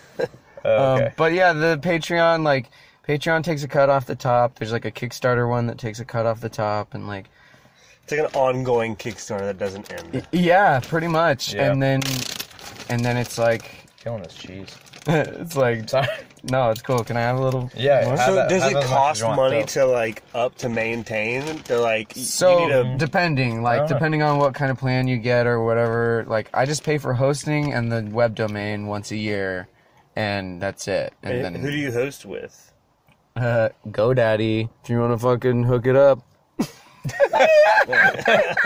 Speaker 2: oh,
Speaker 1: Um,
Speaker 2: okay.
Speaker 1: but yeah, the Patreon like Patreon takes a cut off the top. There's like a Kickstarter one that takes a cut off the top, and like
Speaker 3: It's like an ongoing Kickstarter that doesn't end.
Speaker 1: yeah, pretty much.
Speaker 2: Yeah.
Speaker 1: And then and then it's like
Speaker 2: Killing this cheese.
Speaker 1: it's like
Speaker 2: Sorry.
Speaker 1: no, it's cool. Can I have a little?
Speaker 2: Yeah.
Speaker 1: more?
Speaker 2: have
Speaker 3: So
Speaker 2: that-
Speaker 3: does
Speaker 2: have
Speaker 3: it
Speaker 2: as much as you
Speaker 3: cost
Speaker 2: want,
Speaker 3: money
Speaker 2: though.
Speaker 3: to like up to maintain? They're like y- you
Speaker 1: So mm,
Speaker 3: need a
Speaker 1: depending, like
Speaker 2: don't know.
Speaker 1: depending on what kind of plan you get or whatever, like I just pay for hosting and the web domain once a year, and that's it. And then
Speaker 3: who do you host with?
Speaker 1: uh, GoDaddy, if you want to fucking hook it up.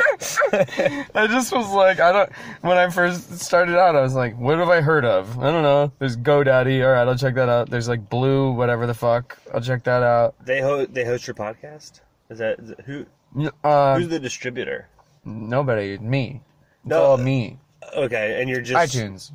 Speaker 1: I just was like, I don't. When I first started out, I was like, what have I heard of? I don't know. There's GoDaddy. All right, I'll check that out. There's like Blue, whatever the fuck. I'll check that out.
Speaker 3: They host they host your podcast? Is that is- who
Speaker 1: Uh,
Speaker 3: who's the distributor?
Speaker 1: nobody, me. It's
Speaker 3: No.
Speaker 1: all me.
Speaker 3: Okay, and you're just
Speaker 1: iTunes.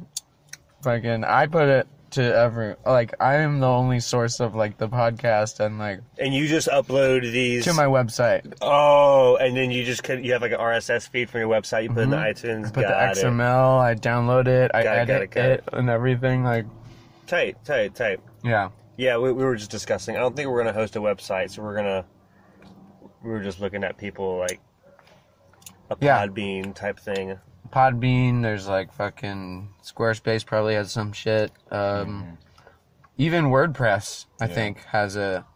Speaker 1: Fucking, I put it to every like I am the only source of like the podcast and like
Speaker 3: and you just upload these
Speaker 1: to my website.
Speaker 3: Oh, and then you just could you have like an RSS feed from your website, you put it in the iTunes,
Speaker 1: Mm-hmm. Put
Speaker 3: got
Speaker 1: the
Speaker 3: it.
Speaker 1: XML, I download it, I
Speaker 3: Got it,
Speaker 1: edit
Speaker 3: got
Speaker 1: it,
Speaker 3: it, got it.
Speaker 1: and everything. Like,
Speaker 3: Tight, tight, tight.
Speaker 1: yeah,
Speaker 3: Yeah, we, we were just discussing. I don't think we're gonna host a website, so we're gonna we were just looking at people like a
Speaker 1: Yeah.
Speaker 3: Podbean type thing.
Speaker 1: Podbean. There's like fucking Squarespace probably has some shit. Um,
Speaker 3: Mm-hmm.
Speaker 1: Even WordPress, I think, has a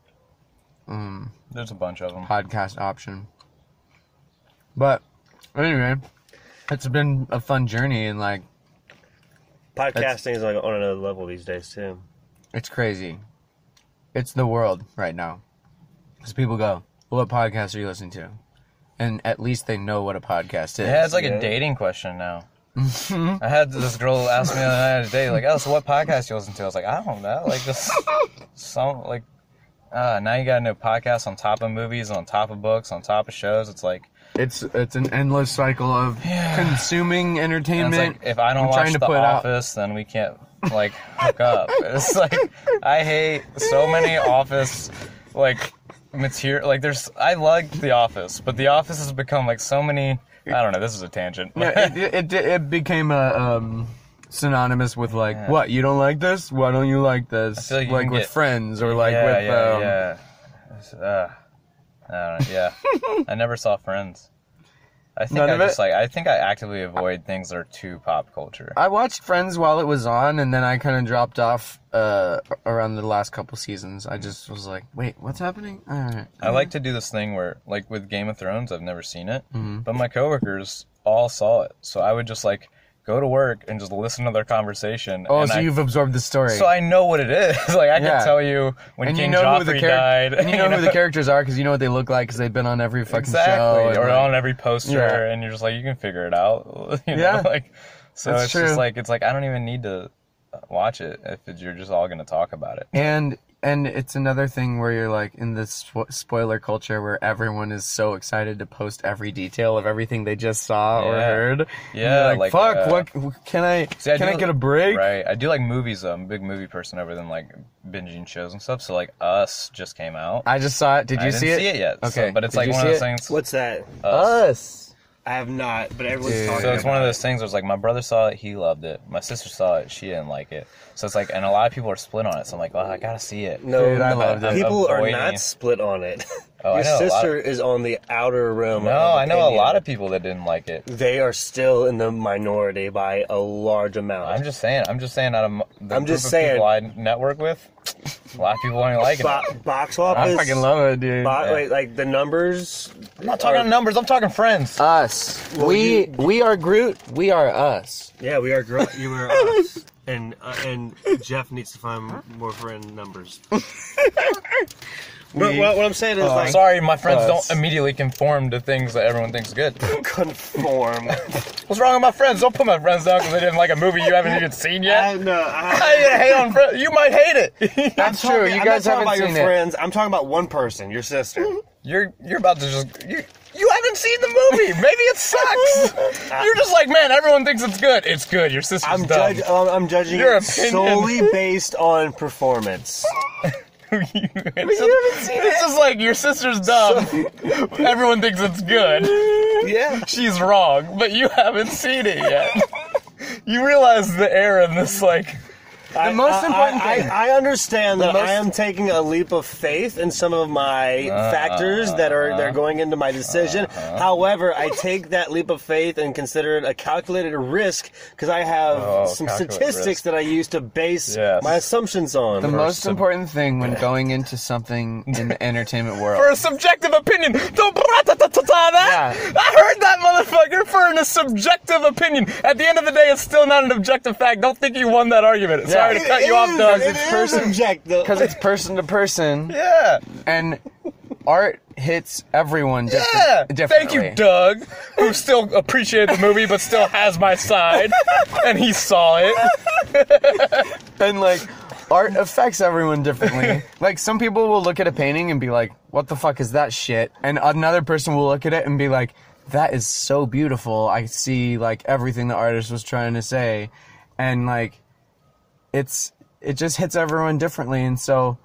Speaker 2: There's a bunch of them.
Speaker 1: podcast option. But anyway, it's been a fun journey and like
Speaker 3: Podcasting is like on another level these days too.
Speaker 1: It's crazy. It's the world right now. Because people go, "Well, what podcast are you listening to? and at least they know what a podcast is.
Speaker 2: It has like
Speaker 3: Yeah.
Speaker 2: a dating question now. I had this girl ask me the other night on a date, like, "Oh, so what podcast you listen to?" I was like, "I don't know, like just some like." Uh, now you got a new podcast on top of movies, on top of books, on top of shows. It's like,
Speaker 1: It's it's an endless cycle of consuming
Speaker 2: and it's
Speaker 1: entertainment.
Speaker 2: like if I don't
Speaker 1: I'm
Speaker 2: watch
Speaker 1: trying to
Speaker 2: The
Speaker 1: put out-
Speaker 2: Office, then we can't like hook up. It's like I hate so many Office like material. Like there's, I like The Office, but The Office has become like so many. I don't know. This is a tangent.
Speaker 1: Yeah, it, it, it, it became a um, synonymous with like what you don't like this. Why don't you like this?
Speaker 2: feel like you can
Speaker 1: with
Speaker 2: get-
Speaker 1: friends or like with
Speaker 2: yeah,
Speaker 1: um,
Speaker 2: yeah. It's, uh, I don't know, yeah. I never saw Friends. I think
Speaker 1: None
Speaker 2: I
Speaker 1: of it?
Speaker 2: just like I think I actively avoid things that are too pop culture.
Speaker 1: I watched Friends while it was on, and then I kind of dropped off uh, around the last couple seasons. I just was like, wait, what's happening? All right.
Speaker 2: I like to do this thing where, like with Game of Thrones, I've never seen it,
Speaker 1: Mm-hmm.
Speaker 2: but my coworkers all saw it, so I would just like go to work and just listen to their conversation.
Speaker 1: Oh,
Speaker 2: and
Speaker 1: so
Speaker 2: I,
Speaker 1: you've absorbed the story.
Speaker 2: so I know what it is. like I
Speaker 1: Yeah.
Speaker 2: can tell you when
Speaker 1: and
Speaker 2: King
Speaker 1: you know who the
Speaker 2: Joffrey died.
Speaker 1: characters and you know who the characters are because you know what they look like because they've been on every fucking show.
Speaker 2: exactly
Speaker 1: and,
Speaker 2: or
Speaker 1: like-
Speaker 2: on every poster
Speaker 1: Yeah.
Speaker 2: and you're just like you can figure it out you know
Speaker 1: Yeah.
Speaker 2: like so
Speaker 1: That's
Speaker 2: it's
Speaker 1: true.
Speaker 2: just like it's like i don't even need to watch it if it, you're just all gonna talk about it
Speaker 1: and and it's another thing where you're like in this spo- spoiler culture where everyone is so excited to post every detail of everything they just saw or
Speaker 2: Yeah.
Speaker 1: heard. And
Speaker 2: Yeah,
Speaker 1: you're like,
Speaker 2: like,
Speaker 1: fuck.
Speaker 2: uh,
Speaker 1: what- what can I?
Speaker 2: See, I
Speaker 1: can
Speaker 2: do-
Speaker 1: I get a break?
Speaker 2: right i do like movies though i'm a big movie person other than like binging shows and stuff so like us just came out
Speaker 1: I just saw it. Did
Speaker 2: I
Speaker 1: you
Speaker 2: didn't
Speaker 1: see it?
Speaker 2: yet so-
Speaker 1: Okay.
Speaker 2: but it's
Speaker 1: Did
Speaker 2: like
Speaker 1: you
Speaker 2: one
Speaker 1: see
Speaker 2: of those
Speaker 1: it?
Speaker 2: things
Speaker 3: What's that?
Speaker 1: Us.
Speaker 3: I have not, but everyone's
Speaker 1: Dude.
Speaker 3: talking.
Speaker 2: So it's one of
Speaker 3: about
Speaker 2: those things where it's like my brother saw it, he loved it. My sister saw it, she didn't like it. So it's like, and a lot of people are split on it. So I'm like, well, I gotta see it.
Speaker 3: it. No,
Speaker 1: Dude, I loved it.
Speaker 3: people are
Speaker 2: Avoiding
Speaker 3: not
Speaker 2: it.
Speaker 3: split on it.
Speaker 2: Oh, I
Speaker 3: Your
Speaker 2: know a lot
Speaker 3: sister is on the outer realm.
Speaker 2: No,
Speaker 3: of
Speaker 2: I know a
Speaker 3: opinion.
Speaker 2: lot of people that didn't like it.
Speaker 3: They are still in the minority by a large amount.
Speaker 2: I'm just saying. I'm just saying. Out of m- the
Speaker 3: I'm
Speaker 2: group
Speaker 3: just
Speaker 2: of
Speaker 3: saying.
Speaker 2: people I network with, a lot of people ain't liking
Speaker 3: Bo-
Speaker 2: it.
Speaker 3: box
Speaker 1: I
Speaker 3: office.
Speaker 1: fucking love it, dude.
Speaker 3: bo-
Speaker 2: Yeah.
Speaker 3: like, like the numbers.
Speaker 2: I'm not talking numbers. I'm talking
Speaker 3: Uh,
Speaker 2: friends.
Speaker 1: Us. we
Speaker 3: you-
Speaker 1: we are Groot. We are us.
Speaker 3: Yeah, we are. Gr- you are us. And uh, and Jeff needs to find more friend numbers. but what, what I'm saying is like
Speaker 2: Oh, Sorry, my friends
Speaker 1: Us.
Speaker 2: don't immediately conform to things that everyone thinks good.
Speaker 3: conform.
Speaker 2: What's wrong with my friends? Don't put my friends down because they didn't like a movie you haven't even seen
Speaker 3: I,
Speaker 2: yet.
Speaker 3: no, I,
Speaker 2: I even hate on friends. You might hate it.
Speaker 1: That's true.
Speaker 3: Talking-
Speaker 1: you
Speaker 3: I'm
Speaker 1: guys
Speaker 3: not talking
Speaker 1: haven't
Speaker 3: about
Speaker 1: seen
Speaker 3: your
Speaker 1: it. Mhm.
Speaker 3: friends. I'm talking about one person, your sister.
Speaker 2: You're you're about to just you. You haven't seen the movie. Maybe it sucks. You're just like, man, everyone thinks it's good. It's good. Your sister's
Speaker 3: I'm
Speaker 2: dumb.
Speaker 3: judge, um, I'm judging
Speaker 2: Your
Speaker 3: it
Speaker 2: opinion.
Speaker 3: solely based on performance.
Speaker 2: it's just, it's just like your sister's dumb. Everyone thinks it's good.
Speaker 3: yeah.
Speaker 2: She's wrong, but you haven't seen it yet. you realize the error in this, like,
Speaker 3: The
Speaker 1: most important
Speaker 3: I,
Speaker 1: thing-
Speaker 3: I, I understand that
Speaker 1: most-
Speaker 3: I am taking a leap of faith in some of my
Speaker 2: Uh-huh.
Speaker 3: factors that are they're going into my decision. However, I take that leap of faith and consider it a calculated risk because I have
Speaker 2: Oh,
Speaker 3: some
Speaker 2: calculate
Speaker 3: statistics
Speaker 2: risk.
Speaker 3: that I use to base
Speaker 2: Yes.
Speaker 3: my assumptions on.
Speaker 1: The most
Speaker 2: sub-
Speaker 1: important thing when going into something in the entertainment world.
Speaker 2: for a subjective opinion. Don't bra-ta-ta-ta-ta that.
Speaker 1: Yeah.
Speaker 2: I heard that motherfucker for an, a subjective opinion. At the end of the day, it's still not an objective fact. Don't think you won that argument. Sorry to
Speaker 1: It
Speaker 2: cut you off, Doug.
Speaker 3: It
Speaker 1: It's
Speaker 3: is
Speaker 1: person-
Speaker 3: objective.
Speaker 1: Because it's person to person,
Speaker 2: yeah.
Speaker 1: and art hits everyone different,
Speaker 2: Yeah. Thank
Speaker 1: differently.
Speaker 2: you, Doug, who still appreciated the movie but still has my side, and he saw it.
Speaker 1: And like, art affects everyone differently. like, some people will look at a painting and be like, "What the fuck is that shit?" And another person will look at it and be like, "That is so beautiful. I see like everything the artist was trying to say," and like, it's it just hits everyone differently. And so,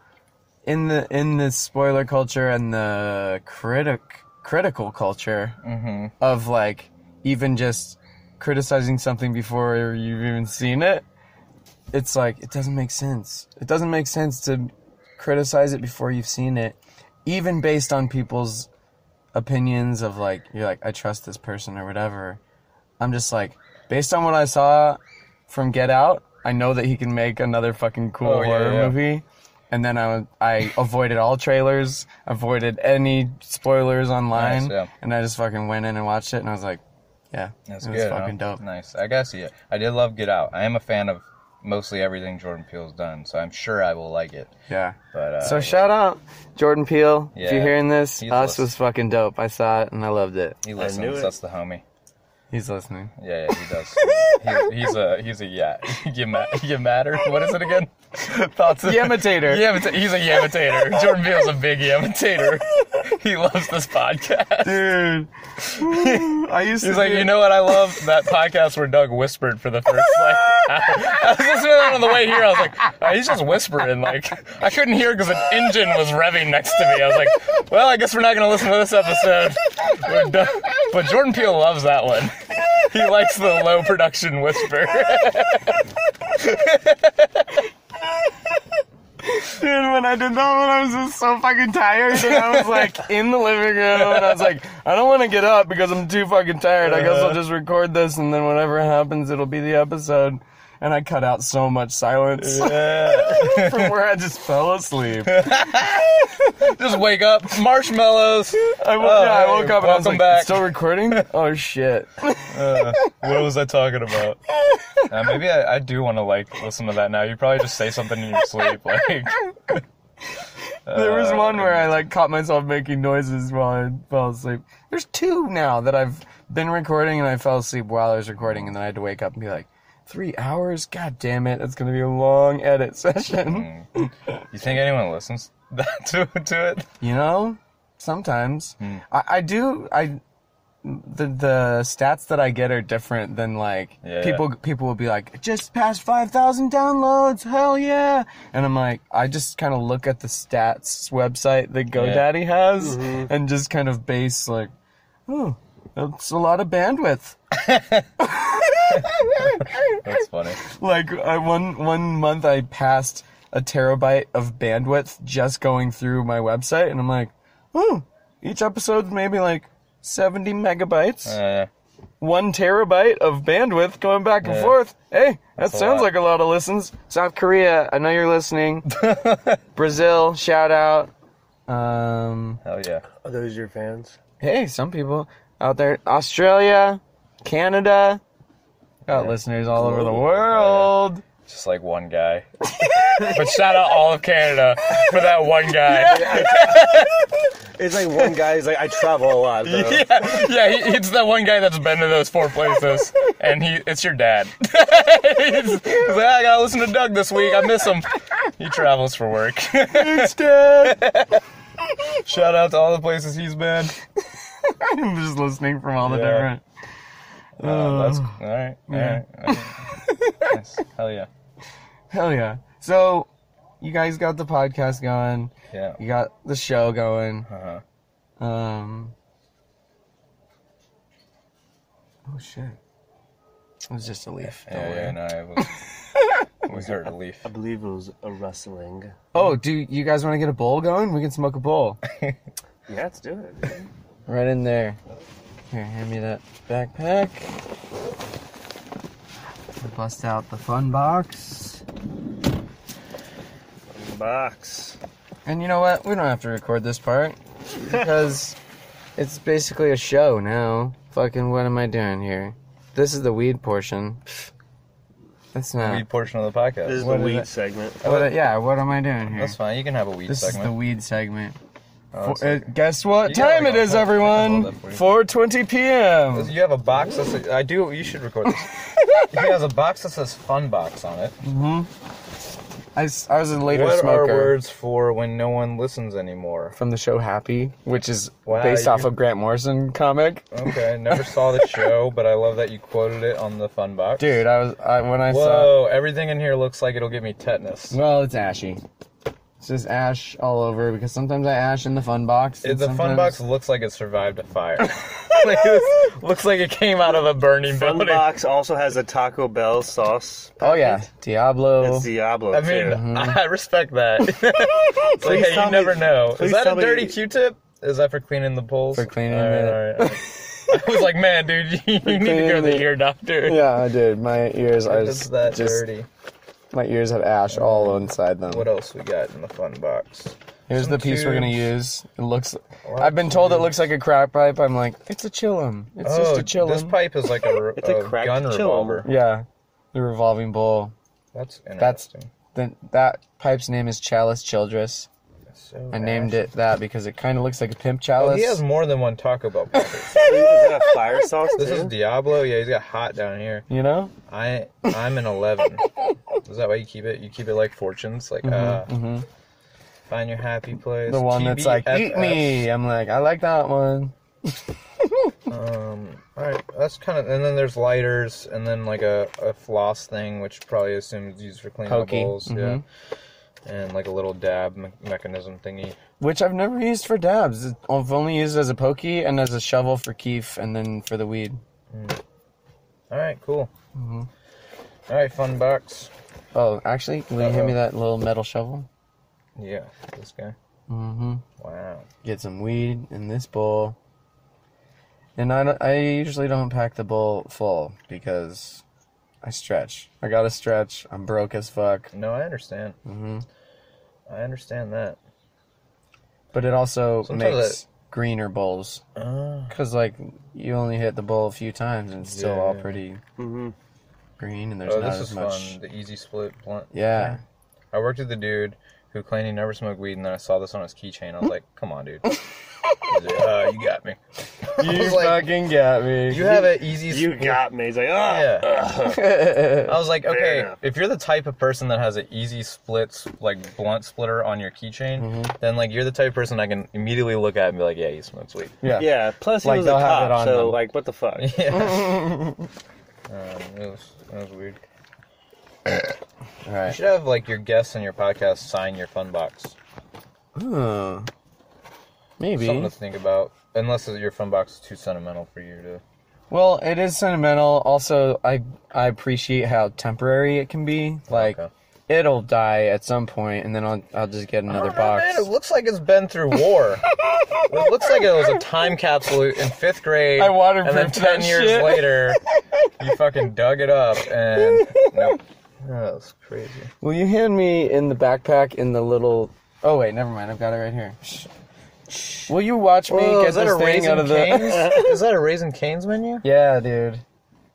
Speaker 1: in the in the spoiler culture and the critic critical culture
Speaker 2: Mm-hmm.
Speaker 1: of like even just criticizing something before you've even seen it it's like it doesn't make sense. It doesn't make sense to criticize it before you've seen it, even based on people's opinions of like you're like I trust this person or whatever. I'm just like based on what I saw from Get Out, I know that he can make another fucking cool
Speaker 2: Oh, yeah,
Speaker 1: horror
Speaker 2: yeah.
Speaker 1: movie. And then I I avoided all trailers, avoided any spoilers online,
Speaker 2: Nice, yeah.
Speaker 1: and I just fucking went in and watched it, and I was like, yeah,
Speaker 2: That's
Speaker 1: it
Speaker 2: good.
Speaker 1: was fucking
Speaker 2: huh?
Speaker 1: dope.
Speaker 2: Nice. I gotta see it. I did love Get Out. I am a fan of mostly everything Jordan Peele's done, so I'm sure I will like it.
Speaker 1: Yeah.
Speaker 2: But uh,
Speaker 1: So shout out Jordan Peele. If you're
Speaker 2: Yeah.
Speaker 1: hearing this,
Speaker 2: He's
Speaker 1: Us
Speaker 2: listening.
Speaker 1: was fucking dope. I saw it and I loved it.
Speaker 2: he
Speaker 3: I knew
Speaker 2: listens.
Speaker 3: it.
Speaker 2: That's the homie.
Speaker 1: He's listening.
Speaker 2: Yeah, yeah, he does. he's, he's a he's a yeah. You ma- you matter. What is it again? Thoughts. of-
Speaker 1: Yamitator.
Speaker 2: Yamita- he's a yamitator. Jordan Peele's a big yamitator. He loves this podcast.
Speaker 1: Dude. I used
Speaker 2: He's like, you know what I love? That podcast where Doug whispered for the first like. I was listening to that on the way here. I was like, "Oh, he's just whispering. Like I couldn't hear because an engine was revving next to me. I was like, well, I guess we're not gonna listen to this episode. But, Doug, but Jordan Peele loves that one. He likes the low production whisper.
Speaker 1: Dude, when I did that one, I was just so fucking tired. And I was like in the living room, and I was like, I don't want to get up because I'm too fucking tired. I guess
Speaker 2: Uh-huh.
Speaker 1: I'll just record this, and then whatever happens, it'll be the episode. And I cut out so much silence from where I just fell asleep.
Speaker 2: just wake up, marshmallows.
Speaker 1: I, wo-
Speaker 2: Oh,
Speaker 1: yeah, I
Speaker 2: hey,
Speaker 1: woke up and I was
Speaker 2: welcome
Speaker 1: like,
Speaker 2: back.
Speaker 1: "It's still recording? Oh shit.
Speaker 2: What was I talking about? Uh, maybe I, I do want to like listen to that now. You probably just say something in your sleep, like.
Speaker 1: There was one where I like caught myself making noises while I fell asleep. There's two now that I've been recording and I fell asleep while I was recording and then I had to wake up and be like, three hours? God damn it, that's gonna be a long edit session.
Speaker 2: You think anyone listens that to to it?
Speaker 1: You know? Sometimes.
Speaker 2: Hmm.
Speaker 1: I, I do I the the stats that I get are different than like
Speaker 2: Yeah.
Speaker 1: people people will be like, just past five thousand downloads, hell yeah. And I'm like, I just kinda look at the stats website that GoDaddy has
Speaker 2: Mm-hmm.
Speaker 1: and just kind of base like, oh, that's a lot of bandwidth.
Speaker 2: That's funny.
Speaker 1: like I, one one month I passed a terabyte of bandwidth just going through my website and I'm like, oh, each episode's maybe like seventy megabytes
Speaker 2: Uh,
Speaker 1: one terabyte of bandwidth going back and
Speaker 2: Yeah.
Speaker 1: forth. Hey, that
Speaker 2: a
Speaker 1: sounds
Speaker 2: lot.
Speaker 1: like a lot of listens. South Korea, I know you're listening. Brazil, shout out. Um,
Speaker 2: hell yeah.
Speaker 3: Are those your fans?
Speaker 1: hey, some people out there, Australia, Canada, got listeners all over the world.
Speaker 2: Just like one guy. but shout out all of Canada for that one guy. Yeah,
Speaker 3: It's like one guy's like, I travel a lot. Though.
Speaker 2: yeah, he, it's that one guy that's been to those four places, and he it's your dad. he's, he's like, I gotta listen to Doug this week. I miss him. He travels for work. Thanks, Dad. shout out to all the places he's been.
Speaker 1: I'm just listening from all the
Speaker 2: Yeah.
Speaker 1: different.
Speaker 2: Uh, that's all right. All right. All right. Nice. Hell yeah.
Speaker 1: Hell yeah. So, you guys got the podcast going.
Speaker 2: Yeah.
Speaker 1: You got the show going.
Speaker 2: Uh-huh.
Speaker 1: Um. Oh shit! It was just a leaf. Don't
Speaker 2: Yeah,
Speaker 1: worry.
Speaker 2: yeah, no, it was, we heard a leaf.
Speaker 3: I believe it was a rustling.
Speaker 1: Oh, do you guys want to get a bowl going? We can smoke a bowl
Speaker 3: Yeah, let's do it. dude.
Speaker 1: right in there. Here, hand me that backpack. Bust out the fun box.
Speaker 3: Box.
Speaker 1: And you know what? We don't have to record this part because it's basically a show now. Fucking, what am I doing here? This is the weed portion. That's not.
Speaker 2: Weed portion of the podcast.
Speaker 3: This is
Speaker 1: What
Speaker 3: the
Speaker 1: is
Speaker 3: weed
Speaker 1: it?
Speaker 3: segment.
Speaker 1: What, yeah, what am I doing here?
Speaker 2: That's fine. You can have a weed
Speaker 1: Hmm. This is the
Speaker 2: segment.
Speaker 1: weed segment.
Speaker 2: Oh,
Speaker 1: For,
Speaker 2: that's
Speaker 1: uh, guess what
Speaker 2: You gotta
Speaker 1: time it
Speaker 2: go
Speaker 1: is,
Speaker 2: home.
Speaker 1: everyone?
Speaker 2: Hold up, please.
Speaker 1: 4:20
Speaker 2: like-
Speaker 1: p.m.
Speaker 2: you have a box. That says, I do. You should record this. he has a box that says "Fun Box" on it.
Speaker 1: I, s- I was a later
Speaker 2: What
Speaker 1: smoker
Speaker 2: are words for when no one listens anymore?
Speaker 1: from the show Happy, which is
Speaker 2: Wow,
Speaker 1: based off
Speaker 2: you-
Speaker 1: a Grant Morrison comic.
Speaker 2: Okay, never saw the show, but I love that you quoted it on the Fun Box.
Speaker 1: Dude, I was I, when I saw.
Speaker 2: Whoa! Everything in here looks like it'll give me tetanus.
Speaker 1: Well, it's ashy. It's just ash all over because sometimes I ash in the fun box.
Speaker 2: It,
Speaker 1: and
Speaker 2: the Fun
Speaker 1: sometimes-
Speaker 2: Box looks like it survived a fire. like it was- looks like it came out of a burning
Speaker 3: Fun
Speaker 2: building.
Speaker 3: box also has a Taco Bell sauce.
Speaker 1: Oh yeah, Diablo.
Speaker 3: It's Diablo.
Speaker 2: Oh. I mean,
Speaker 3: too.
Speaker 2: I
Speaker 1: Mm-hmm.
Speaker 2: respect that. it's like,
Speaker 3: Please
Speaker 2: hey,
Speaker 3: tell
Speaker 2: you
Speaker 3: me-
Speaker 2: never know.
Speaker 3: please
Speaker 2: Is that
Speaker 3: tell
Speaker 2: a
Speaker 3: me-
Speaker 2: dirty Q-tip? Is that for cleaning the poles?
Speaker 1: For cleaning
Speaker 2: right,
Speaker 1: the-
Speaker 2: all right, all right. I was like, man, dude, you, you need to go to
Speaker 1: cleaning
Speaker 2: the
Speaker 1: the-
Speaker 2: ear doctor.
Speaker 1: yeah, I did. My ears are
Speaker 2: It's that dirty.
Speaker 1: My ears have ash all inside them.
Speaker 2: What else we got in the fun box?
Speaker 1: Here's
Speaker 2: Some
Speaker 1: the piece we're gonna use. It looks. I've been
Speaker 2: of
Speaker 1: told it looks like a crack pipe. I'm like, it's a chillum. It's just a
Speaker 2: Oh, this
Speaker 1: chillum.
Speaker 2: pipe is like a,
Speaker 3: a
Speaker 2: a
Speaker 3: cracked
Speaker 2: gun
Speaker 3: chillum.
Speaker 2: revolver.
Speaker 1: yeah, the revolving bowl.
Speaker 2: That's
Speaker 1: That's
Speaker 2: interesting.
Speaker 1: the, that pipe's name is Chalice Childress.
Speaker 2: so
Speaker 1: I named it that because it kind of looks like a pimp
Speaker 2: Oh,
Speaker 1: chalice.
Speaker 2: he has more than one Taco Bell. pocket.
Speaker 3: Is that a fire sauce
Speaker 2: this is
Speaker 3: too?
Speaker 2: Diablo. Yeah, he's got hot down here.
Speaker 1: you know,
Speaker 2: I I'm an eleven. is that why you keep it? You keep it like fortunes, like uh, find your happy place.
Speaker 1: Mm-hmm, the one that's like eat
Speaker 2: TBFF.
Speaker 1: me. I'm like, I like that one.
Speaker 2: Um, all right, that's kind of. And then there's lighters, and then like a, a floss thing, which probably assumes is used for cleaning the
Speaker 1: Pokey, Mm-hmm.
Speaker 2: bowls. Yeah, and like a little dab me- mechanism thingy.
Speaker 1: Which I've never used for dabs. I've only used as a pokey and as a shovel for keef and then for the weed.
Speaker 2: All right, cool.
Speaker 1: Mm-hmm.
Speaker 2: All right, fun box.
Speaker 1: Oh, actually, will you hand me
Speaker 2: Uh-oh.
Speaker 1: that little metal shovel?
Speaker 2: Yeah, this guy.
Speaker 1: Mm-hmm.
Speaker 2: Wow.
Speaker 1: Get some weed in this bowl. And I, don't- I usually don't pack the bowl full because I stretch. I gotta stretch. I'm broke as fuck.
Speaker 2: No, I understand.
Speaker 1: Mm-hmm.
Speaker 2: I understand that.
Speaker 1: But it also
Speaker 2: Sometimes
Speaker 1: makes greener bowls
Speaker 2: Uh,
Speaker 1: because like you only hit the bowl a few times and it's still all
Speaker 2: Yeah.
Speaker 1: pretty
Speaker 3: Mhm.
Speaker 1: green and there's
Speaker 2: oh,
Speaker 1: not
Speaker 2: this
Speaker 1: as
Speaker 2: is
Speaker 1: much.
Speaker 2: fun. The easy split blunt.
Speaker 1: Yeah.
Speaker 2: I worked with the dude who claimed he never smoked weed, and then I saw this on his keychain. I was like, "Come on, dude." He's like, uh, you got me.
Speaker 1: You
Speaker 2: like-
Speaker 1: fucking got me.
Speaker 2: You have an easy.
Speaker 3: You
Speaker 2: split-
Speaker 3: got me. He's like, oh,
Speaker 2: Yeah. I was like, okay,
Speaker 3: enough.
Speaker 2: if you're the type of person that has an easy split, like blunt splitter on your keychain,
Speaker 1: Mm-hmm.
Speaker 2: then like you're the type of person I can immediately look at and be like, yeah, he smokes weed.
Speaker 1: yeah.
Speaker 3: Yeah, plus he
Speaker 1: Like,
Speaker 3: was a
Speaker 1: they'll have it
Speaker 3: cop,
Speaker 1: on
Speaker 3: so
Speaker 1: them.
Speaker 3: like, what the fuck?
Speaker 2: Yeah. um, it was it was weird.
Speaker 1: All
Speaker 2: You
Speaker 1: right.
Speaker 2: should have like your guests on your podcast sign your fun box.
Speaker 1: Ooh. Maybe.
Speaker 2: Something to think about. Unless your fun box is too sentimental for you to.
Speaker 1: Well, it is sentimental. Also, I I appreciate how temporary it can be. Like,
Speaker 2: Okay.
Speaker 1: it'll die at some point, and then I'll I'll just get another box.
Speaker 2: Oh, Man, it looks like it's been through war. it looks like it was a time capsule in fifth grade.
Speaker 1: I waterproofed
Speaker 2: And then ten
Speaker 1: that
Speaker 2: years
Speaker 1: shit.
Speaker 2: later, you fucking dug it up and. Nope. That was crazy.
Speaker 1: Will you hand me in the backpack in the little? Oh wait, never mind. I've got it right here. Will you watch me
Speaker 2: Oh,
Speaker 1: get this thing out of the?
Speaker 2: is that a Raisin Canes menu?
Speaker 1: yeah, dude.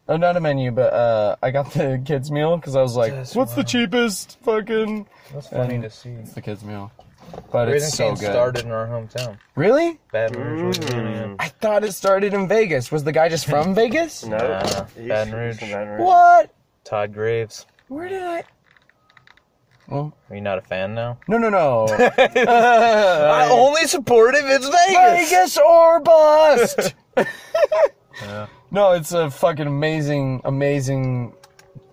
Speaker 1: Oh, not a menu, but uh, I got the kids meal because I was like,
Speaker 2: That's
Speaker 1: "What's the
Speaker 2: wild.
Speaker 1: cheapest fucking?"
Speaker 2: That's funny
Speaker 1: And-
Speaker 2: to see.
Speaker 1: It's the kids meal, but
Speaker 2: Raisin
Speaker 1: it's so
Speaker 2: Canes
Speaker 1: good.
Speaker 2: started in our hometown.
Speaker 1: Really?
Speaker 2: Baton Rouge, Louisiana.
Speaker 1: I thought it started in Vegas. Was the guy just from Vegas?
Speaker 3: No,
Speaker 2: Nah,
Speaker 3: he's
Speaker 2: Baton
Speaker 3: from
Speaker 2: Rouge.
Speaker 3: Baton Rouge.
Speaker 1: What?
Speaker 2: Todd Graves.
Speaker 1: Where did I?
Speaker 2: Are you not a fan now?
Speaker 1: No, no, no.
Speaker 2: I only support if it's
Speaker 1: Vegas or bust.
Speaker 2: Yeah.
Speaker 1: No, it's a fucking amazing, amazing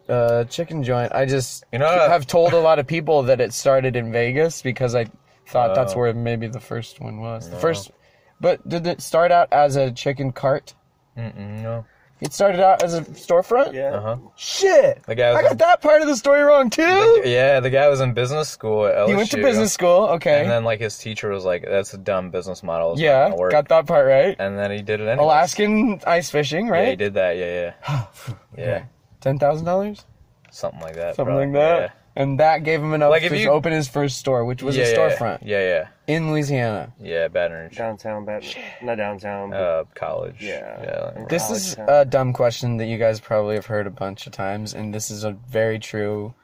Speaker 1: uh, chicken joint. I just
Speaker 2: You know,
Speaker 1: have told a lot of people that it started in Vegas because I thought that's
Speaker 2: Oh.
Speaker 1: where maybe the first one was. The first, but did it start out as a chicken cart?
Speaker 2: Mm-mm, no.
Speaker 1: It started out as a storefront.
Speaker 3: Yeah.
Speaker 2: Uh huh.
Speaker 1: Shit.
Speaker 2: The guy was
Speaker 1: I
Speaker 2: in-
Speaker 1: got that part of the story wrong too.
Speaker 2: Yeah, the guy was in business school at LSU.
Speaker 1: He went to business school. Okay.
Speaker 2: And then like his teacher was like, "That's a dumb business model." It's not
Speaker 1: yeah,
Speaker 2: gonna work."
Speaker 1: got that part right.
Speaker 2: And then he did it anyway.
Speaker 1: Alaskan ice fishing,
Speaker 2: Yeah,
Speaker 1: right?
Speaker 2: he did that. Yeah, yeah. yeah,
Speaker 1: Ten thousand dollars,
Speaker 2: something like that.
Speaker 1: something
Speaker 2: probably,
Speaker 1: like that.
Speaker 2: yeah.
Speaker 1: And that gave him enough
Speaker 2: Like, if
Speaker 1: to
Speaker 2: you-
Speaker 1: open his first store, which was
Speaker 2: yeah,
Speaker 1: a
Speaker 2: yeah,
Speaker 1: storefront
Speaker 2: Yeah, yeah,
Speaker 1: in Louisiana.
Speaker 2: yeah. Baton Rouge,
Speaker 3: Downtown, Baton
Speaker 2: Uh-huh.
Speaker 3: Not downtown, but
Speaker 2: uh, college.
Speaker 3: Yeah.
Speaker 2: yeah. like-
Speaker 1: This
Speaker 3: Alex
Speaker 1: is
Speaker 3: Town.
Speaker 1: a dumb question that you guys probably have heard a bunch of times, and this is a very true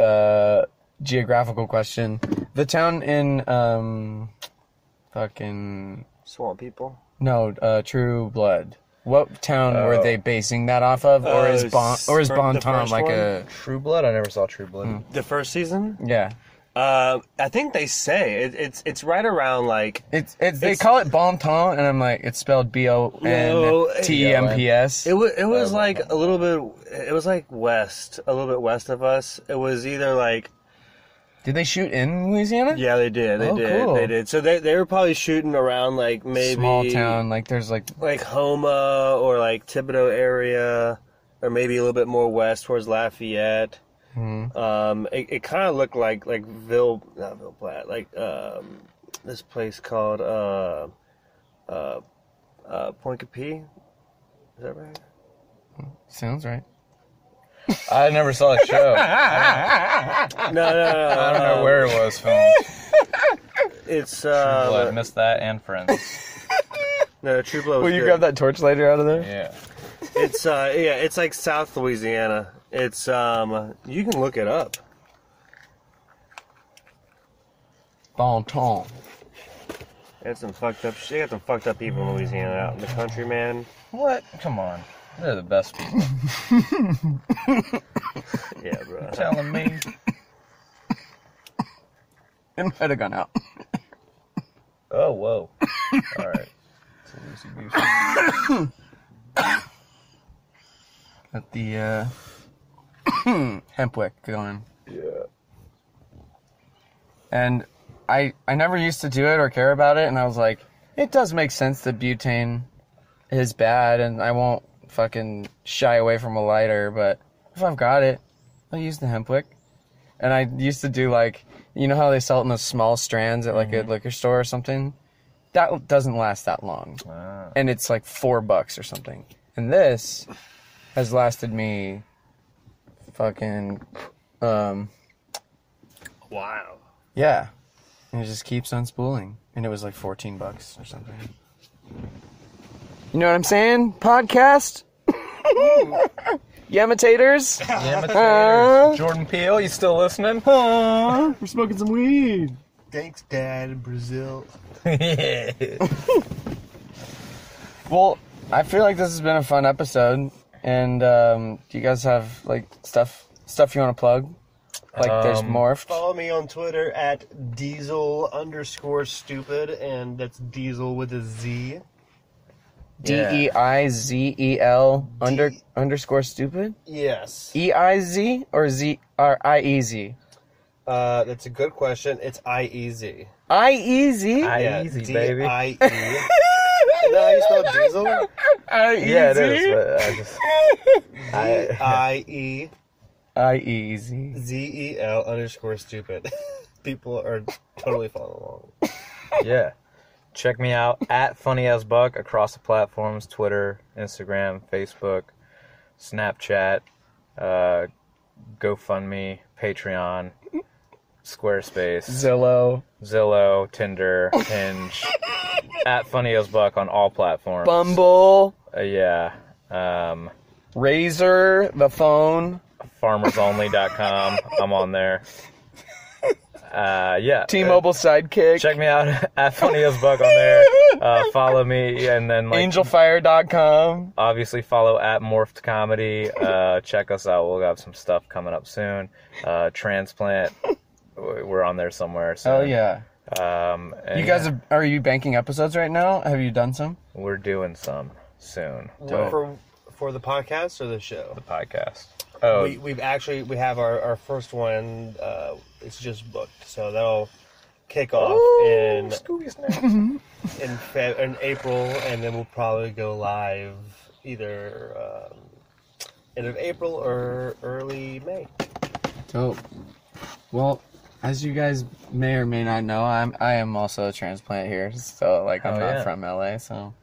Speaker 1: uh, geographical question. The town in um, fucking
Speaker 3: swamp people.
Speaker 1: no, uh, True Blood. What town were
Speaker 2: Oh.
Speaker 1: they basing that off of, or
Speaker 3: Oh,
Speaker 1: is Bon or is
Speaker 3: fir-
Speaker 1: Bon
Speaker 3: the
Speaker 1: Ton
Speaker 3: first
Speaker 1: like
Speaker 3: one?
Speaker 1: a
Speaker 2: True Blood. I never saw True Blood.
Speaker 1: Hmm.
Speaker 3: The first season?
Speaker 1: yeah?
Speaker 3: Uh, I think they say it, it's it's right around like
Speaker 1: It's, it's they
Speaker 3: It's-
Speaker 1: call it bon ton, and I'm like, it's spelled B O
Speaker 3: No,
Speaker 1: N
Speaker 3: it-
Speaker 1: T M P S.
Speaker 3: it was it was
Speaker 2: Uh,
Speaker 3: like a little bit it was like west a little bit west of us. It was either like
Speaker 1: Did they shoot in Louisiana?
Speaker 3: yeah they did they
Speaker 1: Oh,
Speaker 3: did
Speaker 1: cool.
Speaker 3: they did so they they were probably shooting around like maybe
Speaker 1: Small town, like there's like
Speaker 3: like Homa or like Thibodeau area, or maybe a little bit more west towards Lafayette.
Speaker 1: hmm,
Speaker 3: Um, it it kind of looked like like Ville, not Ville Platte, like um, this place called uh, uh, uh, Point Capee. Is that right?
Speaker 1: sounds right.
Speaker 2: I never saw the show. I
Speaker 3: No, no, no. no,
Speaker 2: Ah. don't
Speaker 3: no.
Speaker 2: know where it was filmed.
Speaker 3: It's
Speaker 2: True Blood.
Speaker 3: uh,
Speaker 2: missed that and Friends.
Speaker 3: no True Blood. was
Speaker 1: Will you
Speaker 3: good.
Speaker 1: grab that torch lighter out of there?
Speaker 2: Yeah.
Speaker 3: It's uh, yeah, it's like South Louisiana. It's um, you can look it up.
Speaker 1: Bon ton.
Speaker 3: They had some fucked up. They got some fucked up people in Louisiana out in the country, man.
Speaker 2: What? Come on. They're the best people.
Speaker 3: Yeah, bro.
Speaker 2: telling me.
Speaker 1: It might have gone out.
Speaker 2: Oh, whoa. All right. It's a loosey-goosey.
Speaker 1: Got the uh, hempwick going.
Speaker 2: Yeah.
Speaker 1: And I I never used to do it or care about it, and I was like, it does make sense that butane is bad, and I won't fucking shy away from a lighter, but if I've got it, I'll use the hempwick. And I used to do like, you know how they sell it in those small strands at like a liquor store or something? That doesn't last that long.
Speaker 2: Ah.
Speaker 1: and it's like four bucks or something. And this has lasted me fucking um
Speaker 3: Wow.
Speaker 1: yeah. And it just keeps on spooling. And it was like fourteen bucks or something. You know what I'm saying? Podcast Yamitators.
Speaker 2: Imitators. Jordan Peele, you still listening?
Speaker 1: We're smoking some weed.
Speaker 4: Thanks, Dad, Brazil.
Speaker 1: Well, I feel like this has been a fun episode. And um, do you guys have like stuff stuff you want to plug? Like there's
Speaker 2: Um,
Speaker 1: morphed.
Speaker 4: Follow me on Twitter at diesel underscore stupid, and that's diesel with a Z.
Speaker 1: D E I Z E L under underscore stupid.
Speaker 4: Yes.
Speaker 1: E I Z or Z or I E Z.
Speaker 4: Uh, that's a good question. It's I E Z.
Speaker 1: I E Z.
Speaker 2: I-
Speaker 4: Yeah,
Speaker 2: Easy,
Speaker 4: D
Speaker 2: baby.
Speaker 4: I E. Is that how you spell diesel?
Speaker 1: I E Z.
Speaker 2: yeah, it is. But I just,
Speaker 4: D
Speaker 1: Uh,
Speaker 4: I E
Speaker 1: I E Z.
Speaker 4: Z E L underscore stupid. People are totally following along.
Speaker 2: yeah. Check me out at Funny As Buck across the platforms Twitter, Instagram, Facebook, Snapchat, uh, GoFundMe, Patreon, Squarespace,
Speaker 1: Zillow.
Speaker 2: Zillow, Tinder, Hinge, at Funny As Buck on all platforms.
Speaker 1: Bumble.
Speaker 2: Uh, yeah. Um,
Speaker 1: Razor. The phone.
Speaker 2: farmersonly.com. I'm on there. Uh, yeah.
Speaker 1: T-Mobile sidekick.
Speaker 2: Check me out at Funny As Buck on there. Uh, follow me and then like
Speaker 1: Angelfire.com.
Speaker 2: obviously follow at Morphed Comedy. Uh, check us out. We'll have some stuff coming up soon. Uh, Transplant. w- We're on there somewhere.
Speaker 1: Oh
Speaker 2: So,
Speaker 1: yeah.
Speaker 2: Um, and
Speaker 1: You guys
Speaker 2: yeah,
Speaker 1: have, are you banking episodes right now? Have you done some?
Speaker 2: we're doing some soon.
Speaker 1: Dope.
Speaker 4: For for the podcast or the show?
Speaker 2: The podcast. Oh,
Speaker 4: We, we've actually we have our, our first one. Uh, it's just booked, so that'll kick off in in, Feb- in April, and then we'll probably go live either um, end of April or early May.
Speaker 1: Dope. Well, as you guys may or may not know, I'm I am also a transplant here, so like I'm
Speaker 2: Hell
Speaker 1: not
Speaker 2: yeah.
Speaker 1: from LA, so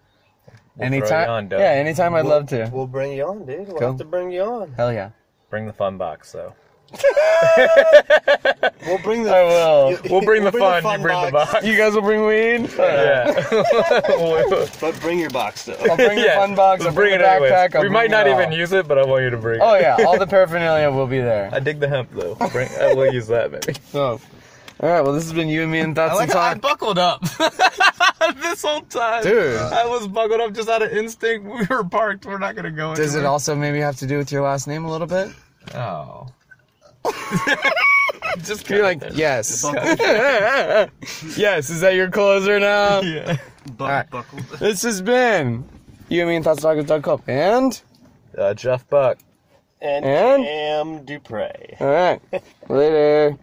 Speaker 2: We'll throw
Speaker 1: anytime,
Speaker 2: you on, Doug.
Speaker 1: yeah, anytime I'd
Speaker 4: We'll-
Speaker 1: love to.
Speaker 4: We'll bring you on, dude. We'll
Speaker 1: Cool.
Speaker 4: have to bring you on.
Speaker 1: Hell yeah,
Speaker 2: Bring the fun box though.
Speaker 4: We'll bring the.
Speaker 1: I will.
Speaker 2: We'll bring the fun. you bring the box.
Speaker 1: You guys will bring weed.
Speaker 2: yeah.
Speaker 4: But bring your box though.
Speaker 1: I'll bring the
Speaker 2: Yeah,
Speaker 1: fun box. I'll
Speaker 2: We'll
Speaker 1: bring,
Speaker 2: bring it
Speaker 1: the
Speaker 2: anyways.
Speaker 1: backpack. I'll
Speaker 2: We
Speaker 1: bring
Speaker 2: might
Speaker 1: it
Speaker 2: not even
Speaker 1: all.
Speaker 2: use it, but I want you to bring
Speaker 1: Oh
Speaker 2: it.
Speaker 1: yeah, all the paraphernalia will be there.
Speaker 2: I dig the hemp though. Bring, I will use that maybe.
Speaker 1: So, all right. Well, this has been you and me and thoughts and talk,
Speaker 2: buckled up this whole time,
Speaker 1: dude.
Speaker 2: was buckled up just out of instinct. We were parked. We're not gonna go.
Speaker 1: Does it also maybe have to do with your last name a little bit?
Speaker 2: Oh. just
Speaker 1: You're like, yes. yes, is that your closer now?
Speaker 2: yeah.
Speaker 1: right.
Speaker 4: buckled.
Speaker 1: This has been you and me and thoughts and talk with Doug Culp. And
Speaker 2: Uh, Jeff Buck.
Speaker 3: And,
Speaker 1: And?
Speaker 3: Cam Dupre.
Speaker 1: all right, later.